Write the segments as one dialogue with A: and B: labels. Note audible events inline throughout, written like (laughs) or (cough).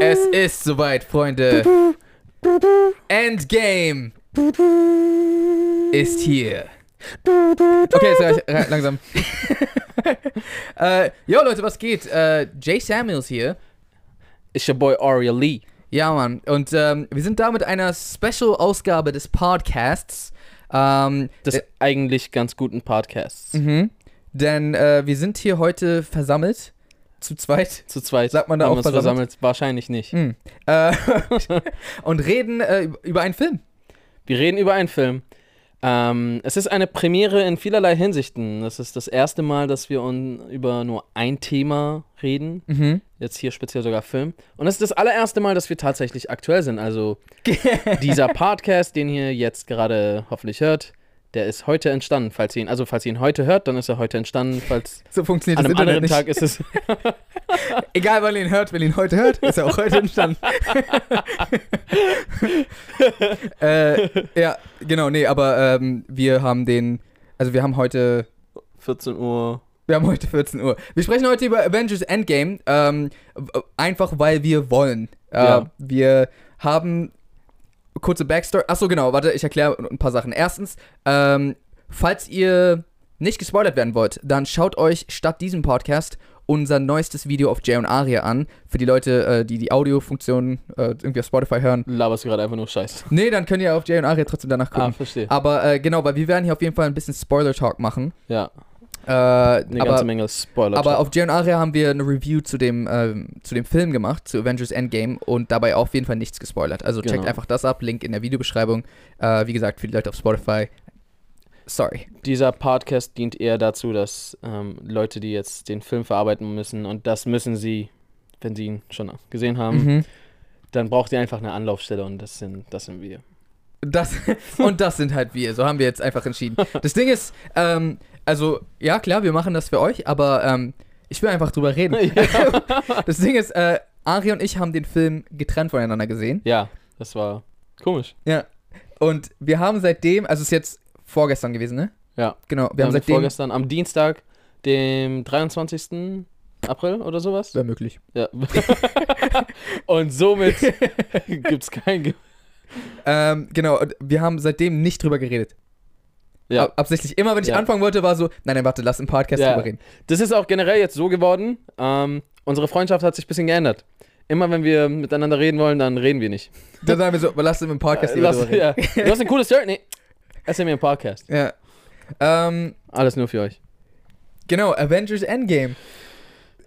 A: Es ist soweit, Freunde. Endgame ist hier. Okay, jetzt äh, langsam. (laughs) äh, yo, Leute, was geht? Äh, Jay Samuels hier.
B: It's your boy Aria Lee.
A: Ja, Mann. Und ähm, wir sind da mit einer Special-Ausgabe des Podcasts. Ähm,
B: Des eigentlich ganz guten Podcasts.
A: Mhm. Denn äh, wir sind hier heute versammelt. Zu zweit.
B: Zu zweit.
A: Sagt man da
B: haben
A: auch
B: wir uns
A: versammelt?
B: versammelt? Wahrscheinlich nicht.
A: Hm. Äh, (laughs) und reden äh, üb- über einen Film.
B: Wir reden über einen Film. Ähm, es ist eine Premiere in vielerlei Hinsichten. Es ist das erste Mal, dass wir un über nur ein Thema reden.
A: Mhm.
B: Jetzt hier speziell sogar Film. Und es ist das allererste Mal, dass wir tatsächlich aktuell
A: (laughs)
B: sind. Also dieser Podcast, den ihr jetzt gerade hoffentlich hört, der ist heute entstanden. Falls ihr ihn, also falls ihr ihn heute hört, dann ist er heute entstanden. Falls
A: So funktioniert
B: an
A: das
B: einem
A: Internet
B: anderen
A: nicht.
B: Tag
A: (laughs)
B: ist es
A: Egal, wann ihr ihn hört, wenn ihr ihn heute hört, ist er auch heute entstanden. äh, ja, genau, nee, aber ähm, wir haben den, also wir haben heute
B: 14 Uhr.
A: Wir haben heute 14 Uhr. Wir sprechen heute über Avengers Endgame, ähm, w- einfach weil wir wollen. Äh,
B: Ja.
A: Wir haben kurze Backstory. Achso, genau, warte, ich erkläre ein paar Sachen. Erstens, ähm, falls ihr nicht gespoilert werden wollt, dann schaut euch statt diesem Podcast unser neuestes Video auf Jay und Aria an. Für die Leute, äh, die die Audiofunktion äh, irgendwie auf Spotify hören.
B: Laberst gerade einfach nur Scheiße.
A: Nee, dann könnt ihr auf Jay und Aria trotzdem danach
B: Ah,
A: gucken.
B: verstehe.
A: Aber äh, genau, weil wir werden hier auf jeden Fall ein bisschen Spoiler-Talk machen.
B: Ja,
A: Äh, aber
B: eine ganze Menge Spoiler.
A: aber auf J und Aria haben wir eine Review zu dem, ähm, zu dem Film gemacht, zu Avengers Endgame und dabei auf jeden Fall nichts gespoilert. Also checkt
B: Genau.
A: einfach das ab, Link in der Videobeschreibung. Äh, wie gesagt, für die Leute auf Spotify. Sorry.
B: Dieser Podcast dient eher dazu, dass ähm, Leute, die jetzt den Film verarbeiten müssen, und das müssen sie, wenn sie ihn schon gesehen haben,
A: Mhm.
B: dann braucht ihr einfach eine Anlaufstelle und das sind, das sind wir.
A: Das, (laughs) und das sind halt wir, so haben wir jetzt einfach
B: (laughs)
A: entschieden. Das Ding ist, ähm, also ja klar, wir machen das für euch, aber ähm, ich will einfach drüber reden.
B: (laughs)
A: (laughs) das Ding ist, äh, Ari und ich haben den Film getrennt voneinander gesehen.
B: Ja, das war komisch.
A: Ja. Und wir haben seitdem, also es ist jetzt vorgestern gewesen, ne?
B: Ja.
A: Genau, wir haben seitdem.
B: vorgestern am Dienstag, dem 23. April oder sowas.
A: Wäre möglich.
B: Ja. (laughs)
A: (laughs)
B: und somit gibt es kein. Ge
A: Ähm, genau, und wir haben seitdem nicht drüber geredet.
B: ja.
A: Ab absichtlich. Immer wenn ich
B: Ja.
A: anfangen wollte, war so, nein, nein, warte, lass im Podcast
B: Ja.
A: drüber reden.
B: Das ist auch generell jetzt so geworden. Ähm, unsere Freundschaft hat sich ein bisschen geändert. Immer wenn wir miteinander reden wollen, dann reden wir nicht.
A: Dann sagen wir so, aber lass im Podcast
B: Äh,
A: lieber
B: lass-
A: drüber reden.
B: ja. Du hast ein cooles Shirt? Nee. Erzähl mir im Podcast.
A: Ja. Ähm,
B: Alles nur für euch.
A: genau, Avengers Endgame.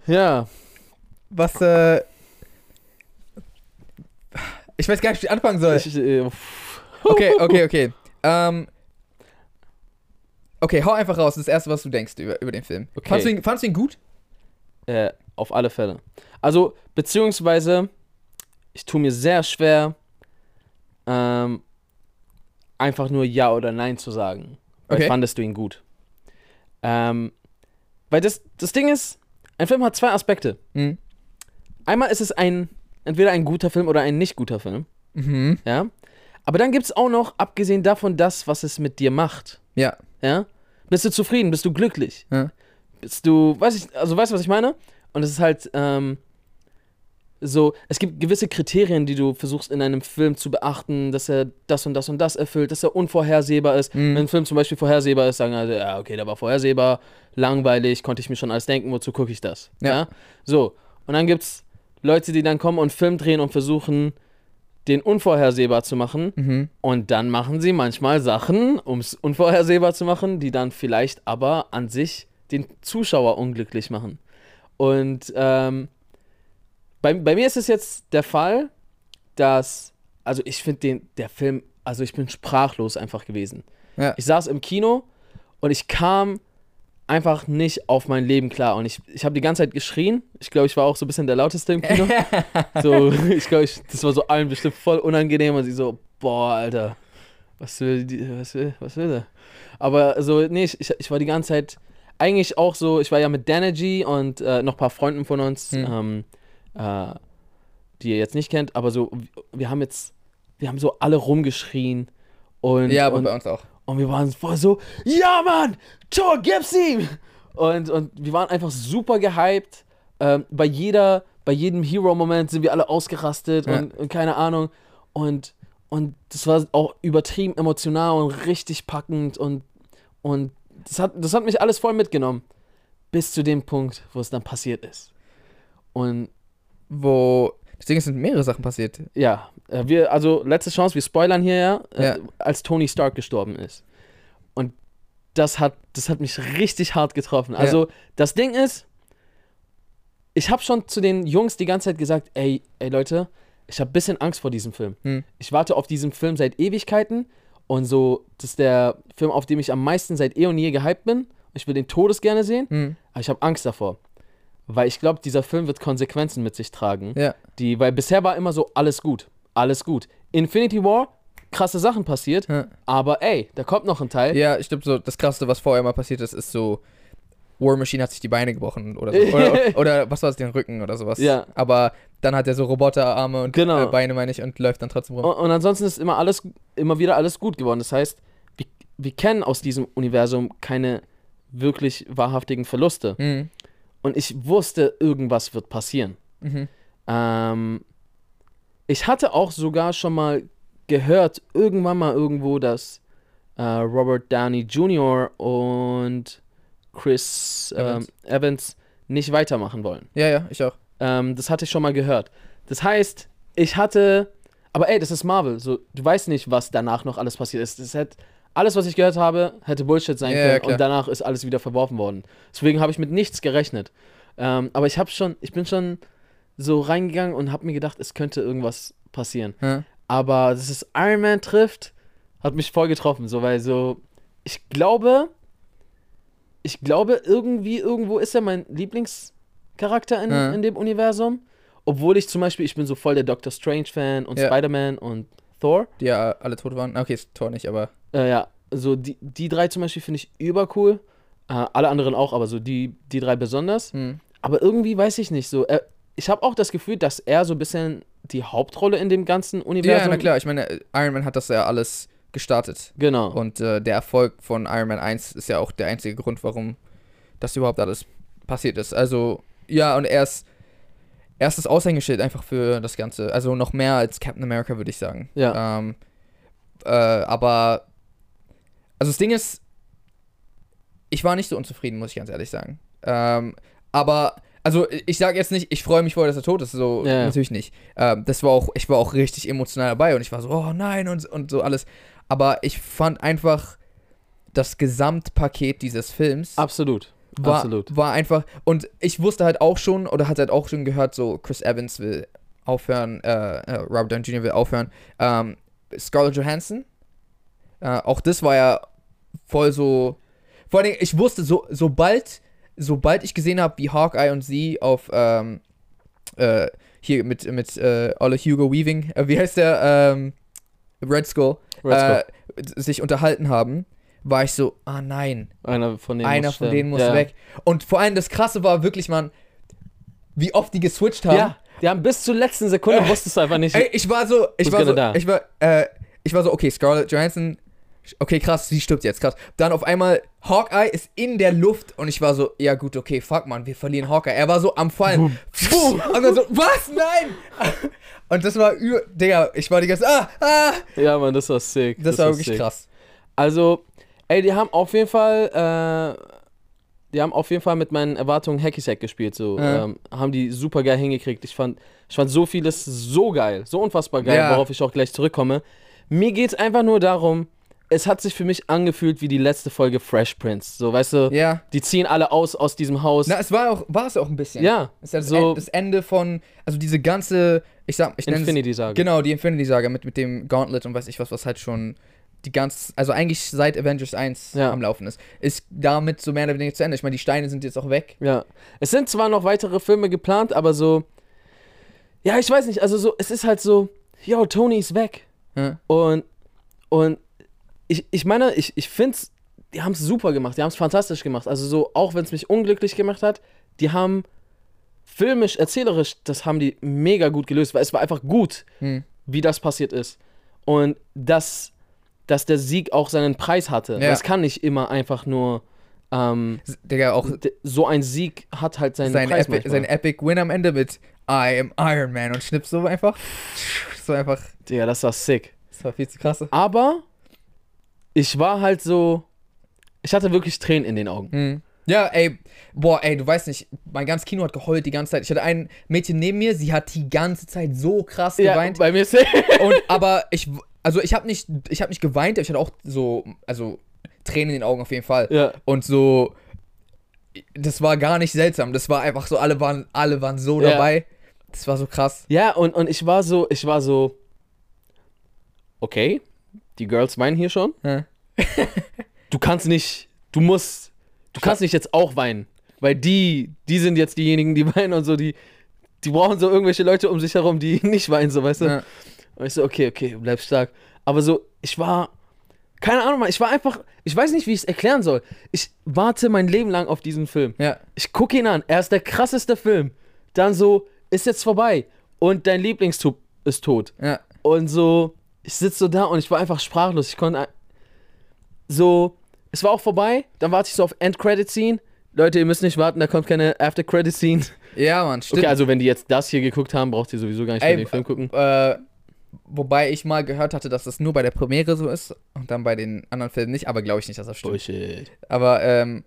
B: Ja.
A: Was, äh. Ich weiß gar nicht, wie ich anfangen soll.
B: Ich, äh, pff.
A: Okay, okay,
B: (laughs)
A: okay. Ähm. Okay, hau einfach raus, das ist das Erste, was du denkst über, über den Film.
B: Okay.
A: Fandst, du ihn, fandst du ihn gut?
B: Äh, auf alle Fälle. Also, beziehungsweise, ich tue mir sehr schwer, ähm, einfach nur Ja oder Nein zu sagen. Weil
A: Okay.
B: fandest du ihn gut? Ähm, weil das, das Ding ist, ein Film hat zwei Aspekte.
A: Mhm.
B: Einmal ist es ein, entweder ein guter Film oder ein nicht guter Film,
A: Mhm.
B: ja. Aber dann gibt es auch noch, abgesehen davon, das, was es mit dir macht,
A: Ja.
B: ja. Bist du zufrieden? Bist du glücklich?
A: Ja.
B: Bist du, weiß ich, also weißt du, was ich meine? Und es ist halt ähm, so, es gibt gewisse Kriterien, die du versuchst in einem Film zu beachten, dass er das und das und das erfüllt, dass er unvorhersehbar ist.
A: Mhm.
B: Wenn ein Film zum Beispiel vorhersehbar ist, sagen also, ja, okay, der war vorhersehbar, langweilig, konnte ich mir schon alles denken, wozu gucke ich das?
A: Ja.
B: So, und dann gibt's Leute, die dann kommen und Film drehen und versuchen, den unvorhersehbar zu machen.
A: Mhm.
B: Und dann machen sie manchmal Sachen, um es unvorhersehbar zu machen, die dann vielleicht aber an sich den Zuschauer unglücklich machen. Und ähm, bei, bei mir ist es jetzt der Fall, dass, also ich finde den, der Film, also ich bin sprachlos einfach gewesen.
A: Ja.
B: Ich saß im Kino und ich kam einfach nicht auf mein Leben klar. Und ich, ich habe die ganze Zeit geschrien. Ich glaube, ich war auch so ein bisschen der lauteste
A: (laughs)
B: im Kino. so, (laughs) ich glaube, ich, das war so allen bestimmt voll unangenehm. Und sie so, boah, Alter, was will, die, was will, was will der? Aber so, nee, ich, ich, ich war die ganze Zeit eigentlich auch so, ich war ja mit Danergy und äh, noch ein paar Freunden von uns
A: Hm.
B: ähm, äh, die ihr jetzt nicht kennt, aber so, wir haben jetzt, wir haben so alle rumgeschrien und,
A: Ja, aber
B: und,
A: bei uns auch.
B: und wir waren voll so, ja Mann, Tor, gib's ihm! Und, und wir waren einfach super gehypt. Ähm, bei jeder, bei jedem Hero-Moment sind wir alle ausgerastet
A: Ja.
B: und, und keine Ahnung. Und, und das war auch übertrieben emotional und richtig packend und, und das, hat, das hat mich alles voll mitgenommen. Bis zu dem Punkt, wo es dann passiert ist. Und
A: Wo. Das Ding ist, sind mehrere Sachen passiert.
B: ja, äh, wir, also letzte Chance, wir spoilern hier ja, äh,
A: Ja.
B: als Tony Stark gestorben ist. Und das hat, das hat mich richtig hart getroffen. Also das Ding ist, ich habe schon zu den Jungs die ganze Zeit gesagt, ey, ey Leute, ich habe ein bisschen Angst vor diesem Film.
A: Hm.
B: Ich warte auf diesen Film seit Ewigkeiten und so, das ist der Film, auf dem ich am meisten seit eh und je gehypt bin. Ich will den Todes gerne sehen,
A: Hm.
B: aber ich habe Angst davor. Weil ich glaube, dieser Film wird Konsequenzen mit sich tragen.
A: Ja.
B: Die, weil bisher war immer so, alles gut, alles gut. Infinity War, krasse Sachen passiert,
A: Ja.
B: aber ey, da kommt noch ein Teil.
A: Ja, ich glaube, so das Krasseste, was vorher mal passiert ist, ist so, War Machine hat sich die Beine gebrochen oder so.
B: (laughs)
A: Oder, oder was war es, den Rücken oder sowas.
B: Ja.
A: Aber dann hat er so Roboterarme und
B: Genau. Oh.
A: äh, Beine, meine ich, und läuft dann trotzdem rum.
B: Und, und ansonsten ist immer alles, immer wieder alles gut geworden. Das heißt, wir, wir kennen aus diesem Universum keine wirklich wahrhaftigen Verluste.
A: Mhm.
B: Und ich wusste, irgendwas wird passieren.
A: Mhm.
B: Ähm, ich hatte auch sogar schon mal gehört, irgendwann mal irgendwo, dass äh, Robert Downey Jr. und Chris ähm,
A: Evans.
B: Evans nicht weitermachen wollen.
A: Ja, ja, ich auch.
B: Ähm, das hatte ich schon mal gehört. Das heißt, ich hatte. Aber ey, das ist Marvel. So, du weißt nicht, was danach noch alles passiert ist. Das hätte, alles, was ich gehört habe, hätte Bullshit sein
A: Ja, ja,
B: können.
A: klar.
B: und danach ist alles wieder verworfen worden. Deswegen habe ich mit nichts gerechnet. Ähm, aber ich habe schon, ich bin schon so reingegangen und habe mir gedacht, es könnte irgendwas passieren.
A: Ja.
B: Aber dass es Iron Man trifft, hat mich voll getroffen. So, weil so, ich glaube, ich glaube, irgendwie, irgendwo ist er mein Lieblingscharakter in,
A: Ja.
B: in dem Universum. Obwohl ich zum Beispiel, ich bin so voll der Doctor Strange-Fan und
A: Ja.
B: Spider-Man und Thor.
A: Die ja alle tot waren. Okay, ist Tor nicht, aber.
B: Äh, ja, so die, die drei zum Beispiel finde ich übercool. Äh, alle anderen auch, aber so die, die drei besonders.
A: Hm.
B: Aber irgendwie weiß ich nicht so. Er, ich habe auch das Gefühl, dass er so ein bisschen die Hauptrolle in dem ganzen
A: Ja,
B: Universum.
A: na klar, ich meine, äh, Iron Man hat das ja alles gestartet.
B: Genau.
A: Und äh, der Erfolg von Iron Man 1 ist ja auch der einzige Grund, warum das überhaupt alles passiert ist. Also, ja, und er ist, er ist das Aushängeschild einfach für das Ganze. Also noch mehr als Captain America, würde ich sagen.
B: Ja.
A: Ähm, äh, aber, also das Ding ist, ich war nicht so unzufrieden, muss ich ganz ehrlich sagen. Ähm, aber, also ich sage jetzt nicht, ich freue mich voll, dass er tot ist. So,
B: Ja.
A: natürlich nicht. Ähm, das war auch, ich war auch richtig emotional dabei und ich war so, oh nein und, und so alles. Aber ich fand einfach das Gesamtpaket dieses Films
B: Absolut.
A: war,
B: Absolut.
A: war einfach. Und ich wusste halt auch schon, oder hat halt auch schon gehört, so Chris Evans will aufhören, äh, äh, Robert Downey Jr. will aufhören. Ähm, Scarlett Johansson, äh, auch das war ja voll so. Vor allen Dingen, ich wusste, so, sobald, sobald ich gesehen habe, wie Hawkeye und sie auf, ähm, äh, hier mit, mit äh, Olle Hugo Weaving, äh, wie heißt der, ähm, Red Skull,
B: Red Skull.
A: Äh, sich unterhalten haben, war ich so, ah nein,
B: einer von denen
A: einer
B: muss
A: von
B: sterben.
A: denen muss
B: ja.
A: weg. Und vor allem das Krasse war wirklich, man, wie oft die geswitcht haben.
B: Ja, die haben bis zur letzten Sekunde wusstest du einfach nicht.
A: Ähm, Äh, Ey, ich war so, ich
B: Who's
A: war
B: gonna
A: so,
B: die?
A: ich war, äh, ich war so, okay, Scarlett Johansson, okay, krass, sie stirbt jetzt, krass. Dann auf einmal, Hawkeye ist in der Luft und ich war so, ja gut, okay, fuck, man, wir verlieren Hawkeye. Er war so am Fallen. Boom. Und dann so, was? Nein! (laughs) Und das war über, Digga, ich war die ganze, ah, ah!
B: Ja, Mann, das war sick.
A: Das, war wirklich
B: sick.
A: krass.
B: Also, ey, die haben auf jeden Fall, äh, die haben auf jeden Fall mit meinen Erwartungen Hacky Sack gespielt. So,
A: Ja.
B: ähm, haben die super geil hingekriegt. Ich fand, ich fand so vieles so geil, so unfassbar geil,
A: Ja.
B: worauf ich auch gleich zurückkomme. Mir geht's einfach nur darum, es hat sich für mich angefühlt wie die letzte Folge Fresh Prince. So, weißt du,
A: Ja.
B: die ziehen alle aus aus diesem Haus.
A: Na, es war auch, war es auch ein bisschen.
B: ja,
A: Es ist ja das,
B: So-
A: en das Ende von, also diese ganze, ich sag, ich nenne es
B: Infinity Saga.
A: Genau, die Infinity-Saga mit, mit dem Gauntlet und weiß ich was, was halt schon die ganz, also eigentlich seit Avengers 1
B: Ja.
A: am Laufen ist, ist damit so mehr oder weniger zu Ende. Ich meine, die Steine sind jetzt auch weg.
B: Ja. Es sind zwar noch weitere Filme geplant, aber so. Ja, ich weiß nicht. Also so, es ist halt so, yo, Tony ist weg.
A: Ja.
B: Und, und ich, ich meine, ich, ich finde es, die haben es super gemacht, die haben es fantastisch gemacht. Also so, auch wenn es mich unglücklich gemacht hat, die haben filmisch, erzählerisch, das haben die mega gut gelöst, weil es war einfach gut,
A: Hm.
B: wie das passiert ist. Und dass, dass der Sieg auch seinen Preis hatte.
A: Ja.
B: Das kann nicht immer einfach nur. Ähm,
A: S- Digga, auch
B: d- so ein Sieg hat halt seinen
A: sein,
B: Preis.
A: Epi
B: manchmal.
A: sein Epic Win am Ende mit I am Iron Man und schnippst so einfach. So einfach.
B: Digga, das war sick.
A: Das war viel zu krass.
B: Aber ich war halt so. Ich hatte wirklich Tränen in den Augen.
A: Hm. Ja, ey, boah, ey, du weißt nicht, mein ganzes Kino hat geheult die ganze Zeit. Ich hatte ein Mädchen neben mir, sie hat die ganze Zeit so krass geweint.
B: bei (laughs) mir safe.
A: Und aber ich, also ich habe nicht, ich habe nicht geweint, aber ich hatte auch so, also Tränen in den Augen auf jeden Fall.
B: Ja.
A: Und so, das war gar nicht seltsam. Das war einfach so, alle waren, alle waren so
B: Ja.
A: dabei. Das war so krass.
B: Ja, und, und ich war so, ich war so, okay, die Girls weinen hier schon.
A: Ja.
B: (laughs) Du kannst nicht, du musst, du kannst nicht jetzt auch weinen. Weil die, die sind jetzt diejenigen, die (laughs) weinen und so, die, die brauchen so irgendwelche Leute um sich herum, die (laughs) nicht weinen, so, weißt du?
A: Ja.
B: Und ich so, okay, okay, bleib stark. Aber so, ich war, keine Ahnung, Mann, ich war einfach, ich weiß nicht, wie ich es erklären soll. Ich warte mein Leben lang auf diesen Film.
A: Ja.
B: Ich gucke ihn an, er ist der krasseste Film. Dann so, ist jetzt vorbei. Und dein Lieblingstub ist tot.
A: Ja.
B: Und so, ich sitze so da und ich war einfach sprachlos. Ich konnte ein- so, es war auch vorbei. Dann warte ich so auf End-Credit-Scene. Leute, ihr müsst nicht warten, da kommt keine After-Credit-Scene.
A: Ja, Mann, stimmt.
B: Okay, also wenn die jetzt das hier geguckt haben, braucht ihr sowieso gar nicht
A: Ey,
B: mehr den Film gucken.
A: Äh, wobei ich mal gehört hatte, dass das nur bei der Premiere so ist und dann bei den anderen Filmen nicht, aber glaube ich nicht, dass das stimmt.
B: Bullshit.
A: Aber ähm,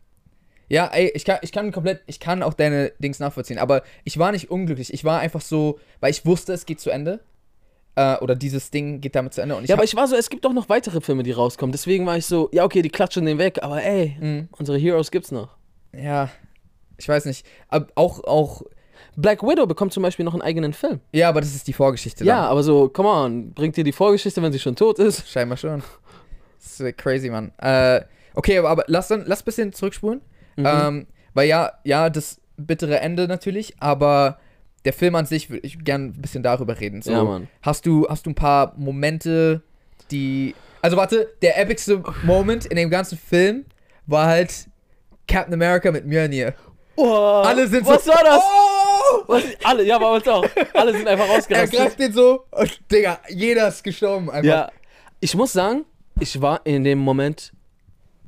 A: ja, ey, ich kann, ich kann komplett, ich kann auch deine Dings nachvollziehen, aber ich war nicht unglücklich. Ich war einfach so, weil ich wusste, es geht zu Ende. Äh, oder dieses Ding geht damit zu Ende. Und ich
B: Ja,
A: hab-
B: aber ich war so, es gibt doch noch weitere Filme, die rauskommen. Deswegen war ich so, ja, okay, die klatschen den weg, aber ey,
A: Mhm.
B: unsere Heroes gibt's noch.
A: ja, ich weiß nicht. Ab, auch, auch,
B: Black Widow bekommt zum Beispiel noch einen eigenen Film.
A: ja, aber das ist die Vorgeschichte.
B: Ja, aber so, come on, bringt dir die Vorgeschichte, wenn sie schon tot ist.
A: Dann. Scheinbar schon. Das ist äh, crazy, Mann. Äh, okay, aber, aber lass dann, lass ein bisschen zurückspulen.
B: Mhm.
A: Ähm, weil ja, ja, das bittere Ende natürlich, aber der Film an sich würde ich gern ein bisschen darüber reden. So,
B: Ja, Mann.
A: Hast du, hast du ein paar Momente, die. Also warte, der epicste Moment in dem ganzen Film war halt Captain America mit Mjörnir. Alle sind
B: Oh, Was
A: so.
B: war das?
A: Oh!
B: Was, alle, ja, bei uns auch. Alle sind (laughs) einfach
A: Er
B: ausgerastet.
A: greift den so. Und, Digga, jeder ist gestorben einfach.
B: Ja. Ich muss sagen, ich war in dem Moment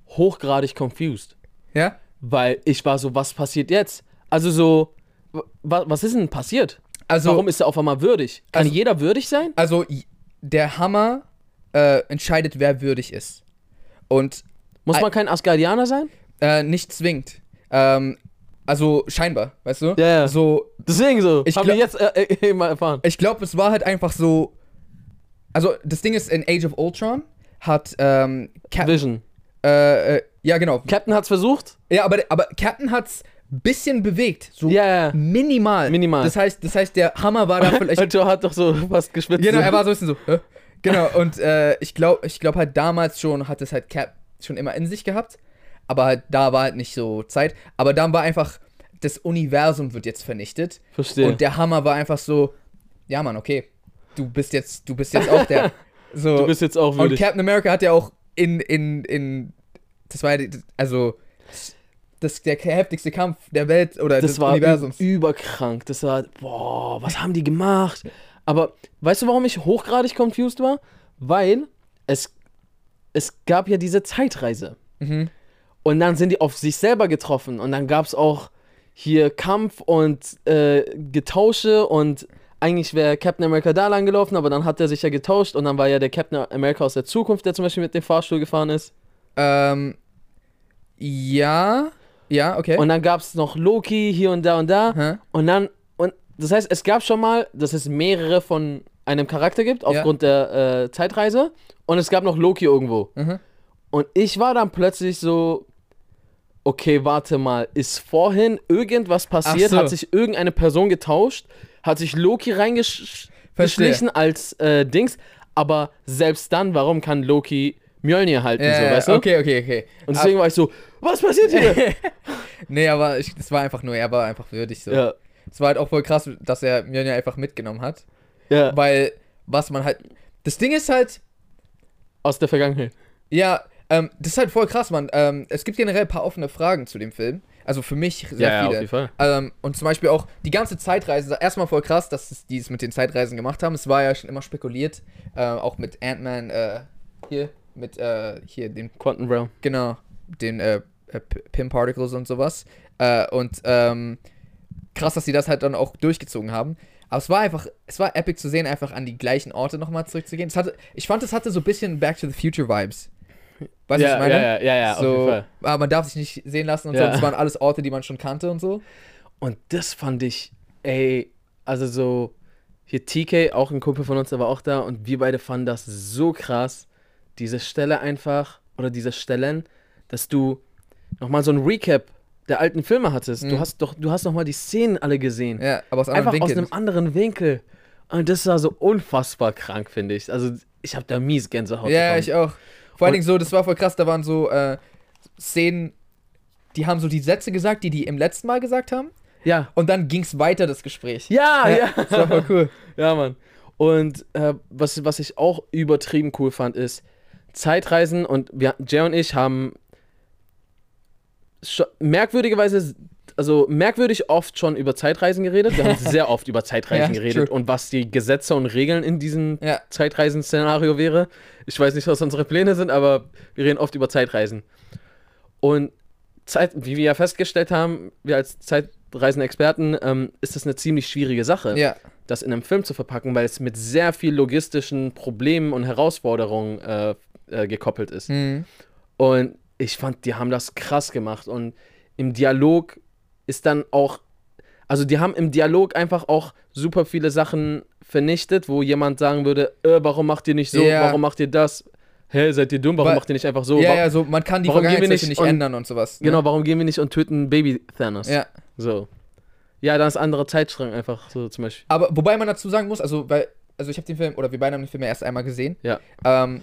B: hochgradig confused.
A: ja?
B: Weil ich war so, was passiert jetzt? Also so, wa was ist denn passiert?
A: Also,
B: Warum ist er auf einmal würdig? Kann
A: Also-
B: jeder würdig sein?
A: Also j- der Hammer äh, entscheidet, wer würdig ist. Und
B: Muss
A: Ei-
B: man kein Asgardianer sein?
A: äh, nicht zwingend. Ähm, also scheinbar, weißt du?
B: Ja, ja.
A: So,
B: Deswegen so.
A: Ich
B: Ich habe
A: glaub-
B: jetzt äh, äh, (laughs) mal erfahren.
A: ich glaube, es war halt einfach so. Also das Ding ist, in Age of Ultron hat ähm, Cap
B: Vision.
A: äh, äh, ja genau,
B: Captain hat's versucht.
A: ja, aber aber Captain hat's bisschen bewegt, so
B: Ja, ja.
A: minimal.
B: Minimal.
A: Das heißt, das heißt, der Hammer war da
B: (laughs)
A: vielleicht
B: Und Joe hat doch so fast geschwitzt.
A: Genau, er war so ein bisschen so. Hä? Genau, und äh, ich glaube ich glaub halt damals schon hat es halt Cap schon immer in sich gehabt. Aber halt, da war halt nicht so Zeit. Aber dann war einfach, das Universum wird jetzt vernichtet.
B: Verstehe.
A: Und der Hammer war einfach so, ja Mann, okay. Du bist jetzt, du bist jetzt auch der. So.
B: (laughs) du bist jetzt auch
A: und
B: würdig.
A: Captain America hat ja auch in, in, in. Das war ja, die- also. Das, der heftigste Kampf der Welt oder
B: Das
A: des
B: war
A: Universums.
B: ü- überkrank. Das war, boah, was haben die gemacht? Aber weißt du, warum ich hochgradig confused war? Weil es, es gab ja diese Zeitreise.
A: Mhm.
B: Und dann sind die auf sich selber getroffen. Und dann gab es auch hier Kampf und äh, Getausche. Und eigentlich wäre Captain America da lang gelaufen, aber dann hat er sich ja getauscht. Und dann war ja der Captain America aus der Zukunft, der zum Beispiel mit dem Fahrstuhl gefahren ist.
A: Ähm. Ja. Ja, okay.
B: Und dann gab es noch Loki hier und da und da.
A: Hä?
B: Und dann, und das heißt, es gab schon mal, dass es mehrere von einem Charakter gibt, aufgrund der äh, Zeitreise. Und es gab noch Loki irgendwo.
A: Mhm.
B: Und ich war dann plötzlich so, okay, warte mal, ist vorhin irgendwas passiert?
A: so.
B: Hat sich irgendeine Person getauscht? Hat sich Loki
A: Verstehe.
B: reingeschlichen als äh, Dings? Aber selbst dann, warum kann Loki Mjölnir halten?
A: Ja,
B: so,
A: ja,
B: weißt du?
A: Äh, okay, okay, okay.
B: Und deswegen war ich so, was
A: (laughs)
B: passiert hier?
A: Ab, nee, aber ich, es war einfach nur, er war einfach würdig so.
B: ja,
A: Es war halt auch voll krass, dass er Mjölnir einfach mitgenommen hat.
B: ja,
A: Weil, was man halt. Das Ding ist halt,
B: aus der Vergangenheit.
A: ja, ähm, das ist halt voll krass, Mann. Ähm, es gibt generell ein paar offene Fragen zu dem Film. Also für mich sehr
B: ja, ja, auf
A: viele.
B: jeden Fall.
A: Ähm, und zum Beispiel auch die ganze Zeitreise, erstmal voll krass, dass es, die es mit den Zeitreisen gemacht haben. Es war ja schon immer spekuliert, äh, auch mit Ant-Man, äh, hier, mit, äh, hier, dem,
B: Quantum Realm.
A: genau, den, äh, äh, P- Pim Particles und sowas. Äh, und, ähm, krass, dass sie das halt dann auch durchgezogen haben. Aber es war einfach, es war epic zu sehen, einfach an die gleichen Orte nochmal zurückzugehen. Es hatte, ich fand, es hatte so ein bisschen Back to the Future Vibes. Weißt du, was
B: ja,
A: ich meine?
B: ja, ja, ja, ja, auf jeden
A: so,
B: Fall.
A: aber man darf sich nicht sehen lassen und
B: Ja.
A: so. Das waren alles Orte, die man schon kannte und so.
B: Und das fand ich, ey, also so, hier TK, auch ein Kumpel von uns, der war auch da und wir beide fanden das so krass, diese Stelle einfach, oder diese Stellen, dass du nochmal so ein Recap der alten Filme hattest. Du
A: Mhm.
B: hast doch, du hast nochmal die Szenen alle gesehen.
A: Ja, aber aus
B: einfach
A: anderen Winkeln.
B: aus einem anderen Winkel. Und das war so unfassbar krank, finde ich. Also ich habe da mies Gänsehaut
A: Ja,
B: bekommen.
A: ich auch. Vor allen
B: Und-
A: Dingen so, das war voll krass, da waren so äh, Szenen, die haben so die Sätze gesagt, die die im letzten Mal gesagt haben.
B: ja.
A: Und dann ging's weiter, das Gespräch.
B: Ja, ja.
A: Das war voll cool.
B: Ja, Mann. Und äh, was, was ich auch übertrieben cool fand, ist Zeitreisen und wir, Jay und ich haben scho- merkwürdigerweise, also merkwürdig oft schon über Zeitreisen geredet. Wir haben
A: (laughs)
B: sehr oft über Zeitreisen
A: Ja,
B: geredet
A: true.
B: und was die Gesetze und Regeln in diesem
A: Ja.
B: Zeitreisen-Szenario wäre. Ich weiß nicht, was unsere Pläne sind, aber wir reden oft über Zeitreisen. Und Zeit, wie wir ja festgestellt haben, wir als Zeitreisen-Experten, ähm, ist das eine ziemlich schwierige Sache
A: Ja,
B: das in einem Film zu verpacken, weil es mit sehr viel logistischen Problemen und Herausforderungen äh, äh, gekoppelt ist.
A: mhm.
B: Und ich fand, die haben das krass gemacht. Und im Dialog ist dann auch, also die haben im Dialog einfach auch super viele Sachen vernichtet, wo jemand sagen würde, äh, warum macht ihr nicht so,
A: Ja.
B: warum macht ihr das? Hä, seid ihr dumm, warum
A: Weil-
B: macht ihr nicht einfach so?
A: ja,
B: Wa-
A: ja, so, man kann die
B: warum gehen wir
A: Vergangenheit nicht,
B: nicht
A: nicht
B: und-
A: ändern und sowas.
B: Genau, warum gehen wir nicht und töten Baby Thanos?
A: Ne? Ja.
B: So. Ja, dann ist anderer Zeitstrang einfach so zum Beispiel.
A: Aber wobei man dazu sagen muss, also, weil, also ich habe den Film, oder wir beide haben den Film ja erst einmal gesehen.
B: Ja.
A: Ähm,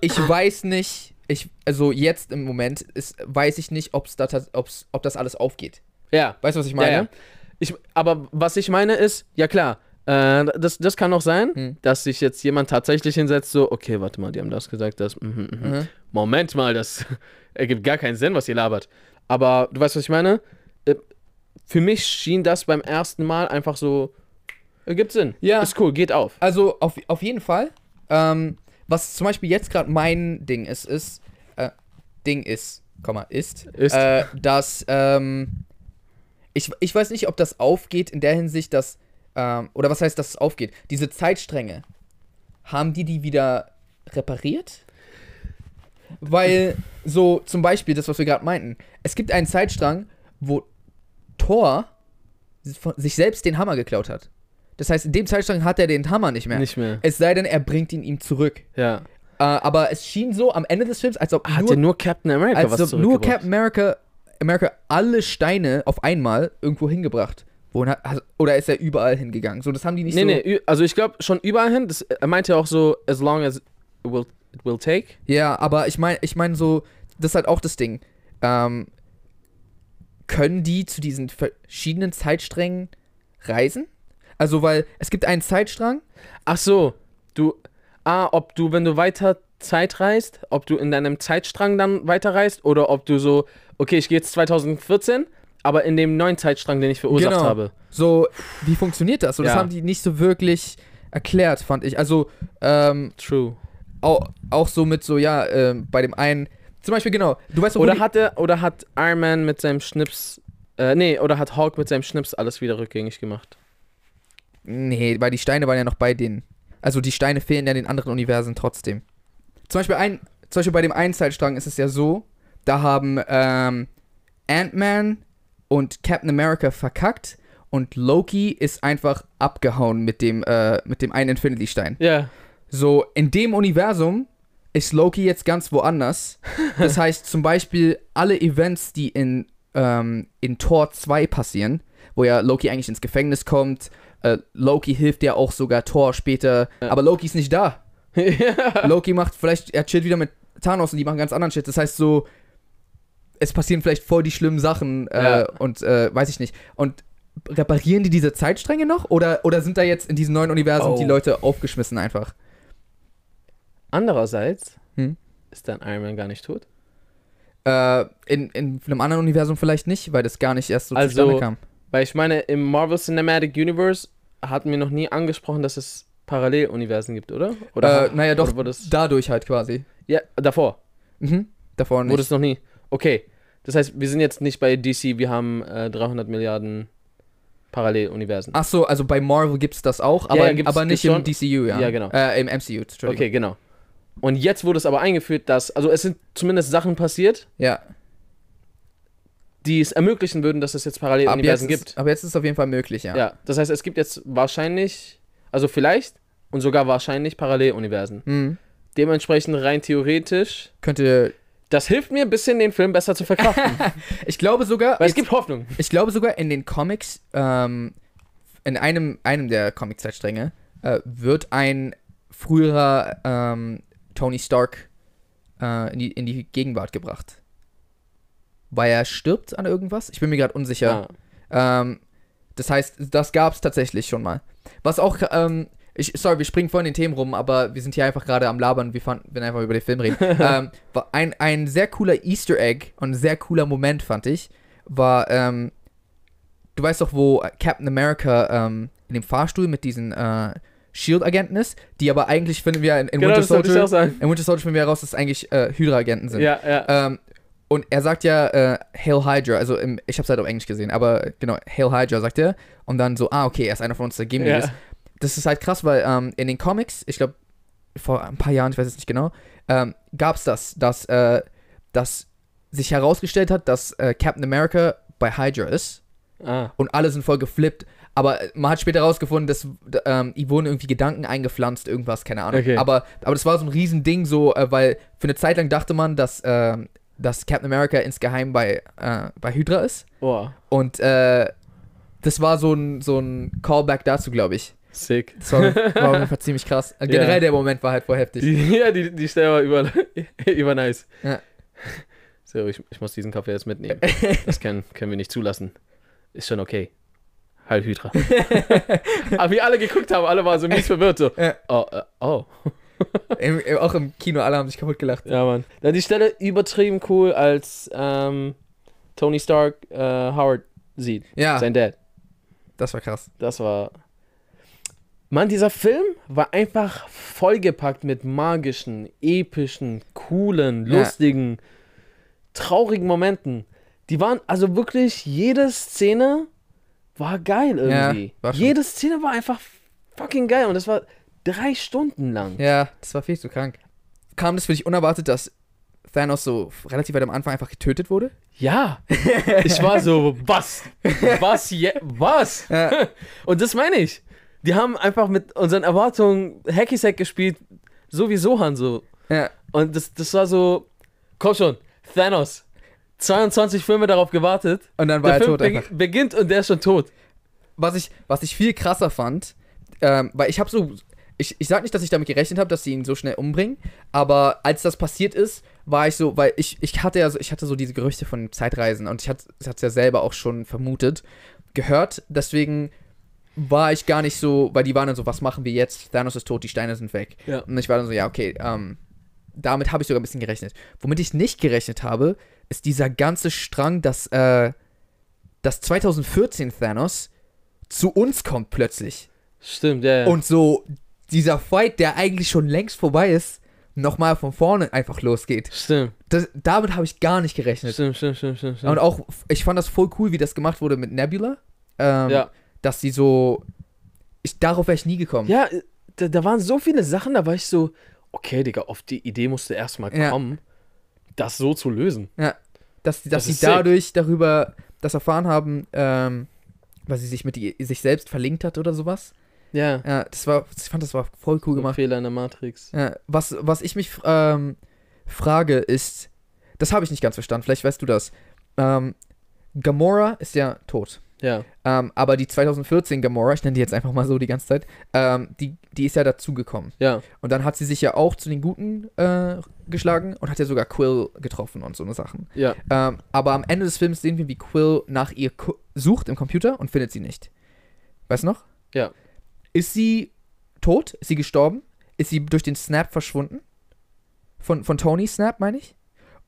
A: ich weiß nicht, ich, also jetzt im Moment ist, weiß ich nicht, ob's da, tats- ob's, ob das alles aufgeht.
B: Ja.
A: Weißt du, was ich meine?
B: Ja, ja. Ich, aber was ich meine ist, ja klar, äh, das, das kann auch sein,
A: Hm.
B: dass sich jetzt jemand tatsächlich hinsetzt, so, okay, warte mal, die haben das gesagt, das, mhm, mhm.
A: Mhm.
B: Moment mal, das (laughs) ergibt gar keinen Sinn, was ihr labert. Aber du weißt, was ich meine? Äh, Für mich schien das beim ersten Mal einfach so, ergibt Sinn.
A: Ja.
B: Ist cool, geht auf.
A: Also auf, auf jeden Fall. Ähm, was zum Beispiel jetzt gerade mein Ding ist, ist, äh, Ding ist, Komma, ist,
B: Ist.
A: Äh, dass, ähm, ich, ich weiß nicht, ob das aufgeht in der Hinsicht, dass, ähm, oder was heißt, dass es aufgeht? Diese Zeitstränge, haben die die wieder repariert? Weil, so zum Beispiel das, was wir gerade meinten, es gibt einen Zeitstrang, wo Thor von- sich selbst den Hammer geklaut hat. Das heißt, in dem Zeitstrang hat er den Hammer nicht mehr.
B: Nicht mehr.
A: Es sei denn, er bringt ihn ihm zurück.
B: Ja.
A: Äh, aber es schien so am Ende des Films, als ob
B: Hat
A: nur,
B: dir nur Captain America was
A: als ob nur
B: zurückgebracht?
A: Captain America, America alle Steine auf einmal irgendwo hingebracht. Wohin hat, hat- oder ist er überall hingegangen? So, das haben die nicht
B: Nee,
A: so.
B: nee, ü- also ich glaube schon überall hin, das, er meinte ja auch so, as long as it will, it will take.
A: Ja, aber ich meine, ich meine so, das ist halt auch das Ding. Ähm, können die zu diesen verschiedenen Zeitsträngen reisen? Also, weil es gibt einen Zeitstrang.
B: Ach so, du. Ah, ob du, wenn du weiter Zeit reist, ob du in deinem Zeitstrang dann weiterreist oder ob du so, okay, ich gehe jetzt 2014, aber in dem neuen Zeitstrang, den ich verursacht
A: Genau.
B: habe.
A: So, wie funktioniert das? So, das
B: Ja.
A: haben die nicht so wirklich erklärt, fand ich. Also, ähm,
B: True.
A: auch, auch so mit so, ja, ähm, bei dem einen. Zum Beispiel, genau. Du weißt doch, wo
B: Oder
A: die-
B: hat er, oder hat Iron Man mit seinem Schnips, äh, nee, oder hat Hulk mit seinem Schnips alles wieder rückgängig gemacht?
A: Nee, weil die Steine waren ja noch bei denen. Also die Steine fehlen ja den anderen Universen trotzdem. Zum Beispiel, ein, zum Beispiel bei dem einen Zeitstrang ist es ja so, da haben ähm, Ant-Man und Captain America verkackt und Loki ist einfach abgehauen mit dem, äh, mit dem einen Infinity-Stein.
B: Ja.
A: So, in dem Universum ist Loki jetzt ganz
B: (laughs)
A: woanders. Das heißt zum Beispiel, alle Events, die in, ähm, in Tor 2 passieren, wo ja Loki eigentlich ins Gefängnis kommt, äh, Loki hilft ja auch sogar Thor später, aber Loki ist nicht
B: (laughs)
A: da. Loki macht vielleicht, er chillt wieder mit Thanos und die machen ganz anderen Shit. Das heißt so, es passieren vielleicht voll die schlimmen Sachen äh,
B: Ja.
A: und äh, weiß ich nicht. Und reparieren die diese Zeitstränge noch oder, oder sind da jetzt in diesem neuen Universum
B: Oh.
A: die Leute aufgeschmissen einfach?
B: (laughs) Andererseits
A: Hm?
B: ist dann Iron Man gar nicht tot.
A: Äh, in, in einem anderen Universum vielleicht nicht, weil das gar nicht erst so
B: Also-
A: zustande kam.
B: Weil ich meine, im Marvel Cinematic Universe hatten wir noch nie angesprochen, dass es Paralleluniversen gibt, oder?
A: Oder,
B: Oder
A: äh, naja, doch,
B: Oder wurde es,
A: dadurch halt quasi.
B: ja, davor.
A: Mhm. Davor nicht.
B: Wurde es noch nie. Okay. Das heißt, wir sind jetzt nicht bei DC, wir haben äh, 300 Milliarden Paralleluniversen.
A: Ach so, also bei Marvel gibt es das auch, aber,
B: ja, gibt's-
A: aber nicht
B: gibt's
A: im
B: schon.
A: DCU, ja.
B: Ja, genau.
A: Äh, im MCU, Entschuldigung.
B: Okay, genau. Und jetzt wurde es aber eingeführt, dass, also es sind zumindest Sachen passiert,
A: Ja,
B: die es ermöglichen würden, dass es
A: ab
B: jetzt
A: jetzt,
B: Paralleluniversen gibt.
A: Ist, ab jetzt ist es auf jeden Fall möglich, ja.
B: Ja. das heißt, es gibt jetzt wahrscheinlich, also vielleicht und sogar wahrscheinlich Paralleluniversen.
A: Mhm.
B: Dementsprechend rein theoretisch,
A: Könnte.
B: das hilft mir ein bisschen, den Film besser
A: (laughs)
B: zu verkraften.
A: Ich glaube sogar.
B: weil es
A: jetzt-
B: gibt Hoffnung.
A: Ich glaube sogar in den Comics, ähm, in einem, einem der Comic-Zeitstränge, äh, wird ein früherer ähm, Tony Stark äh, in, die, in die Gegenwart gebracht. Weil er stirbt an irgendwas? Ich bin mir gerade unsicher.
B: Ja.
A: Ähm, das heißt, das gab es tatsächlich schon mal. Was auch, ähm, ich, sorry, wir springen vorhin den Themen rum, aber wir sind hier einfach gerade am Labern, wir fanden, wenn einfach über den
B: (laughs)
A: Film reden. ähm, war ein, ein sehr cooler Easter Egg und ein sehr cooler Moment, fand ich, war, ähm, du weißt doch, wo Captain America ähm, in dem Fahrstuhl mit diesen äh, Shield-Agenten ist, die aber eigentlich, finden wir in, in,
B: Genau,
A: Winter,
B: das wollte ich
A: Soldier,
B: auch sagen.
A: in Winter Soldier finden wir heraus, dass es eigentlich äh, Hydra-Agenten sind.
B: Ja, ja.
A: Ähm, und er sagt ja äh, Hail Hydra, also im, ich habe es halt auf Englisch gesehen, aber genau, Hail Hydra sagt er. Und dann so, ah, okay, er ist einer von uns, da geben wir das.
B: ja.
A: Das ist halt krass, weil ähm, in den Comics, ich glaube, vor ein paar Jahren, ich weiß jetzt nicht genau, ähm, gab es das, dass, äh, dass sich herausgestellt hat, dass äh, Captain America bei Hydra ist
B: Ah.
A: und alle sind voll geflippt. Aber äh, man hat später rausgefunden, dass d- ähm, ihm wurden irgendwie Gedanken eingepflanzt, irgendwas, keine Ahnung.
B: Okay.
A: Aber, aber das war so ein Riesending, so, äh, weil für eine Zeit lang dachte man, dass, ähm, dass Captain America insgeheim bei, äh, bei Hydra ist.
B: Boah,
A: Und äh, das war so ein, so ein Callback dazu, glaube ich.
B: sick.
A: Das war, war auf jeden Fall ziemlich
B: (laughs)
A: krass. Äh, Generell der Moment war halt voll heftig.
B: Die, ja, die, die Stelle war über, (laughs) über nice.
A: Ja.
B: (laughs) So, ich, ich muss diesen Kaffee jetzt mitnehmen. Das können, können wir nicht zulassen. Ist schon okay. Heil Hydra. Aber wie alle geguckt haben, alle waren so mies verwirrt. So.
A: Ja.
B: Oh, äh, oh.
A: Im, im, auch im Kino, alle haben sich kaputt gelacht.
B: Ja, Mann. Dann die Stelle übertrieben cool, als ähm, Tony Stark äh, Howard sieht.
A: Ja,
B: Sein Dad.
A: das war krass.
B: Das war. Mann, dieser Film war einfach vollgepackt mit magischen, epischen, coolen,
A: Ja.
B: lustigen, traurigen Momenten. Die waren, also wirklich, jede Szene war geil
A: Ja,
B: irgendwie.
A: war schon.
B: jede Szene war einfach fucking geil und das war drei Stunden lang.
A: Ja, das war viel zu krank. Kam das für dich unerwartet, dass Thanos so relativ weit am Anfang einfach getötet wurde? (laughs)
B: Ja, ich war so, was? Was? Je, was? (laughs)
A: Ja.
B: Und das meine ich. Die haben einfach mit unseren Erwartungen Hacky Sack gespielt, sowieso Han so.
A: Ja.
B: Und das, das war so, komm schon, Thanos. 22 Filme darauf gewartet.
A: Und dann war
B: Der
A: er
B: Film
A: tot
B: beg
A: einfach.
B: beginnt und der ist schon tot.
A: Was ich, was ich viel krasser fand, ähm, weil ich habe so. Ich, ich sag nicht, dass ich damit gerechnet habe, dass sie ihn so schnell umbringen, aber als das passiert ist, war ich so, weil ich, ich hatte ja so, ich hatte so diese Gerüchte von Zeitreisen und ich hatte es ja selber auch schon vermutet, gehört, deswegen war ich gar nicht so, weil die waren dann so, was machen wir jetzt? Thanos ist tot, die Steine sind weg.
B: Ja.
A: Und ich war dann so, ja, okay, ähm, damit habe ich sogar ein bisschen gerechnet. Womit ich nicht gerechnet habe, ist dieser ganze Strang, dass, äh, dass 2014 Thanos zu uns kommt plötzlich.
B: Stimmt, ja. ja.
A: Und so dieser Fight, der eigentlich schon längst vorbei ist, nochmal von vorne einfach losgeht.
B: stimmt,
A: Das, damit habe ich gar nicht gerechnet.
B: stimmt, stimmt, stimmt, stimmt.
A: Und
B: stimmt.
A: auch, ich fand das voll cool, wie das gemacht wurde mit Nebula. Ähm,
B: Ja.
A: Dass sie so. Ich, darauf wäre ich nie gekommen.
B: Ja, äh, da, da waren so viele Sachen, da war ich so, okay, Digga, auf die Idee musste erstmal
A: Ja.
B: kommen, das so zu lösen.
A: dass, dass
B: Das
A: sie
B: ist sick.
A: dadurch darüber das erfahren haben, ähm, weil sie sich mit die, sich selbst verlinkt hat oder sowas.
B: Ja.
A: Ja, das war, ich fand, das war voll cool gemacht.
B: Fehler in der Matrix.
A: Ja, Äh, was, was ich mich ähm, frage ist, das habe ich nicht ganz verstanden, vielleicht weißt du das. Ähm, Gamora ist ja tot.
B: Ja.
A: Ähm, aber die 2014 Gamora, ich nenne die jetzt einfach mal so die ganze Zeit, ähm, die, die ist ja dazugekommen.
B: Ja.
A: Und dann hat sie sich ja auch zu den Guten äh, geschlagen und hat ja sogar Quill getroffen und so eine Sachen.
B: Ja.
A: Ähm, aber am Ende des Films sehen wir, wie Quill nach ihr ku- sucht im Computer und findet sie nicht. Weißt du noch?
B: Ja.
A: Ist sie tot? Ist sie gestorben? Ist sie durch den Snap verschwunden? Von, von Tony Snap, meine ich?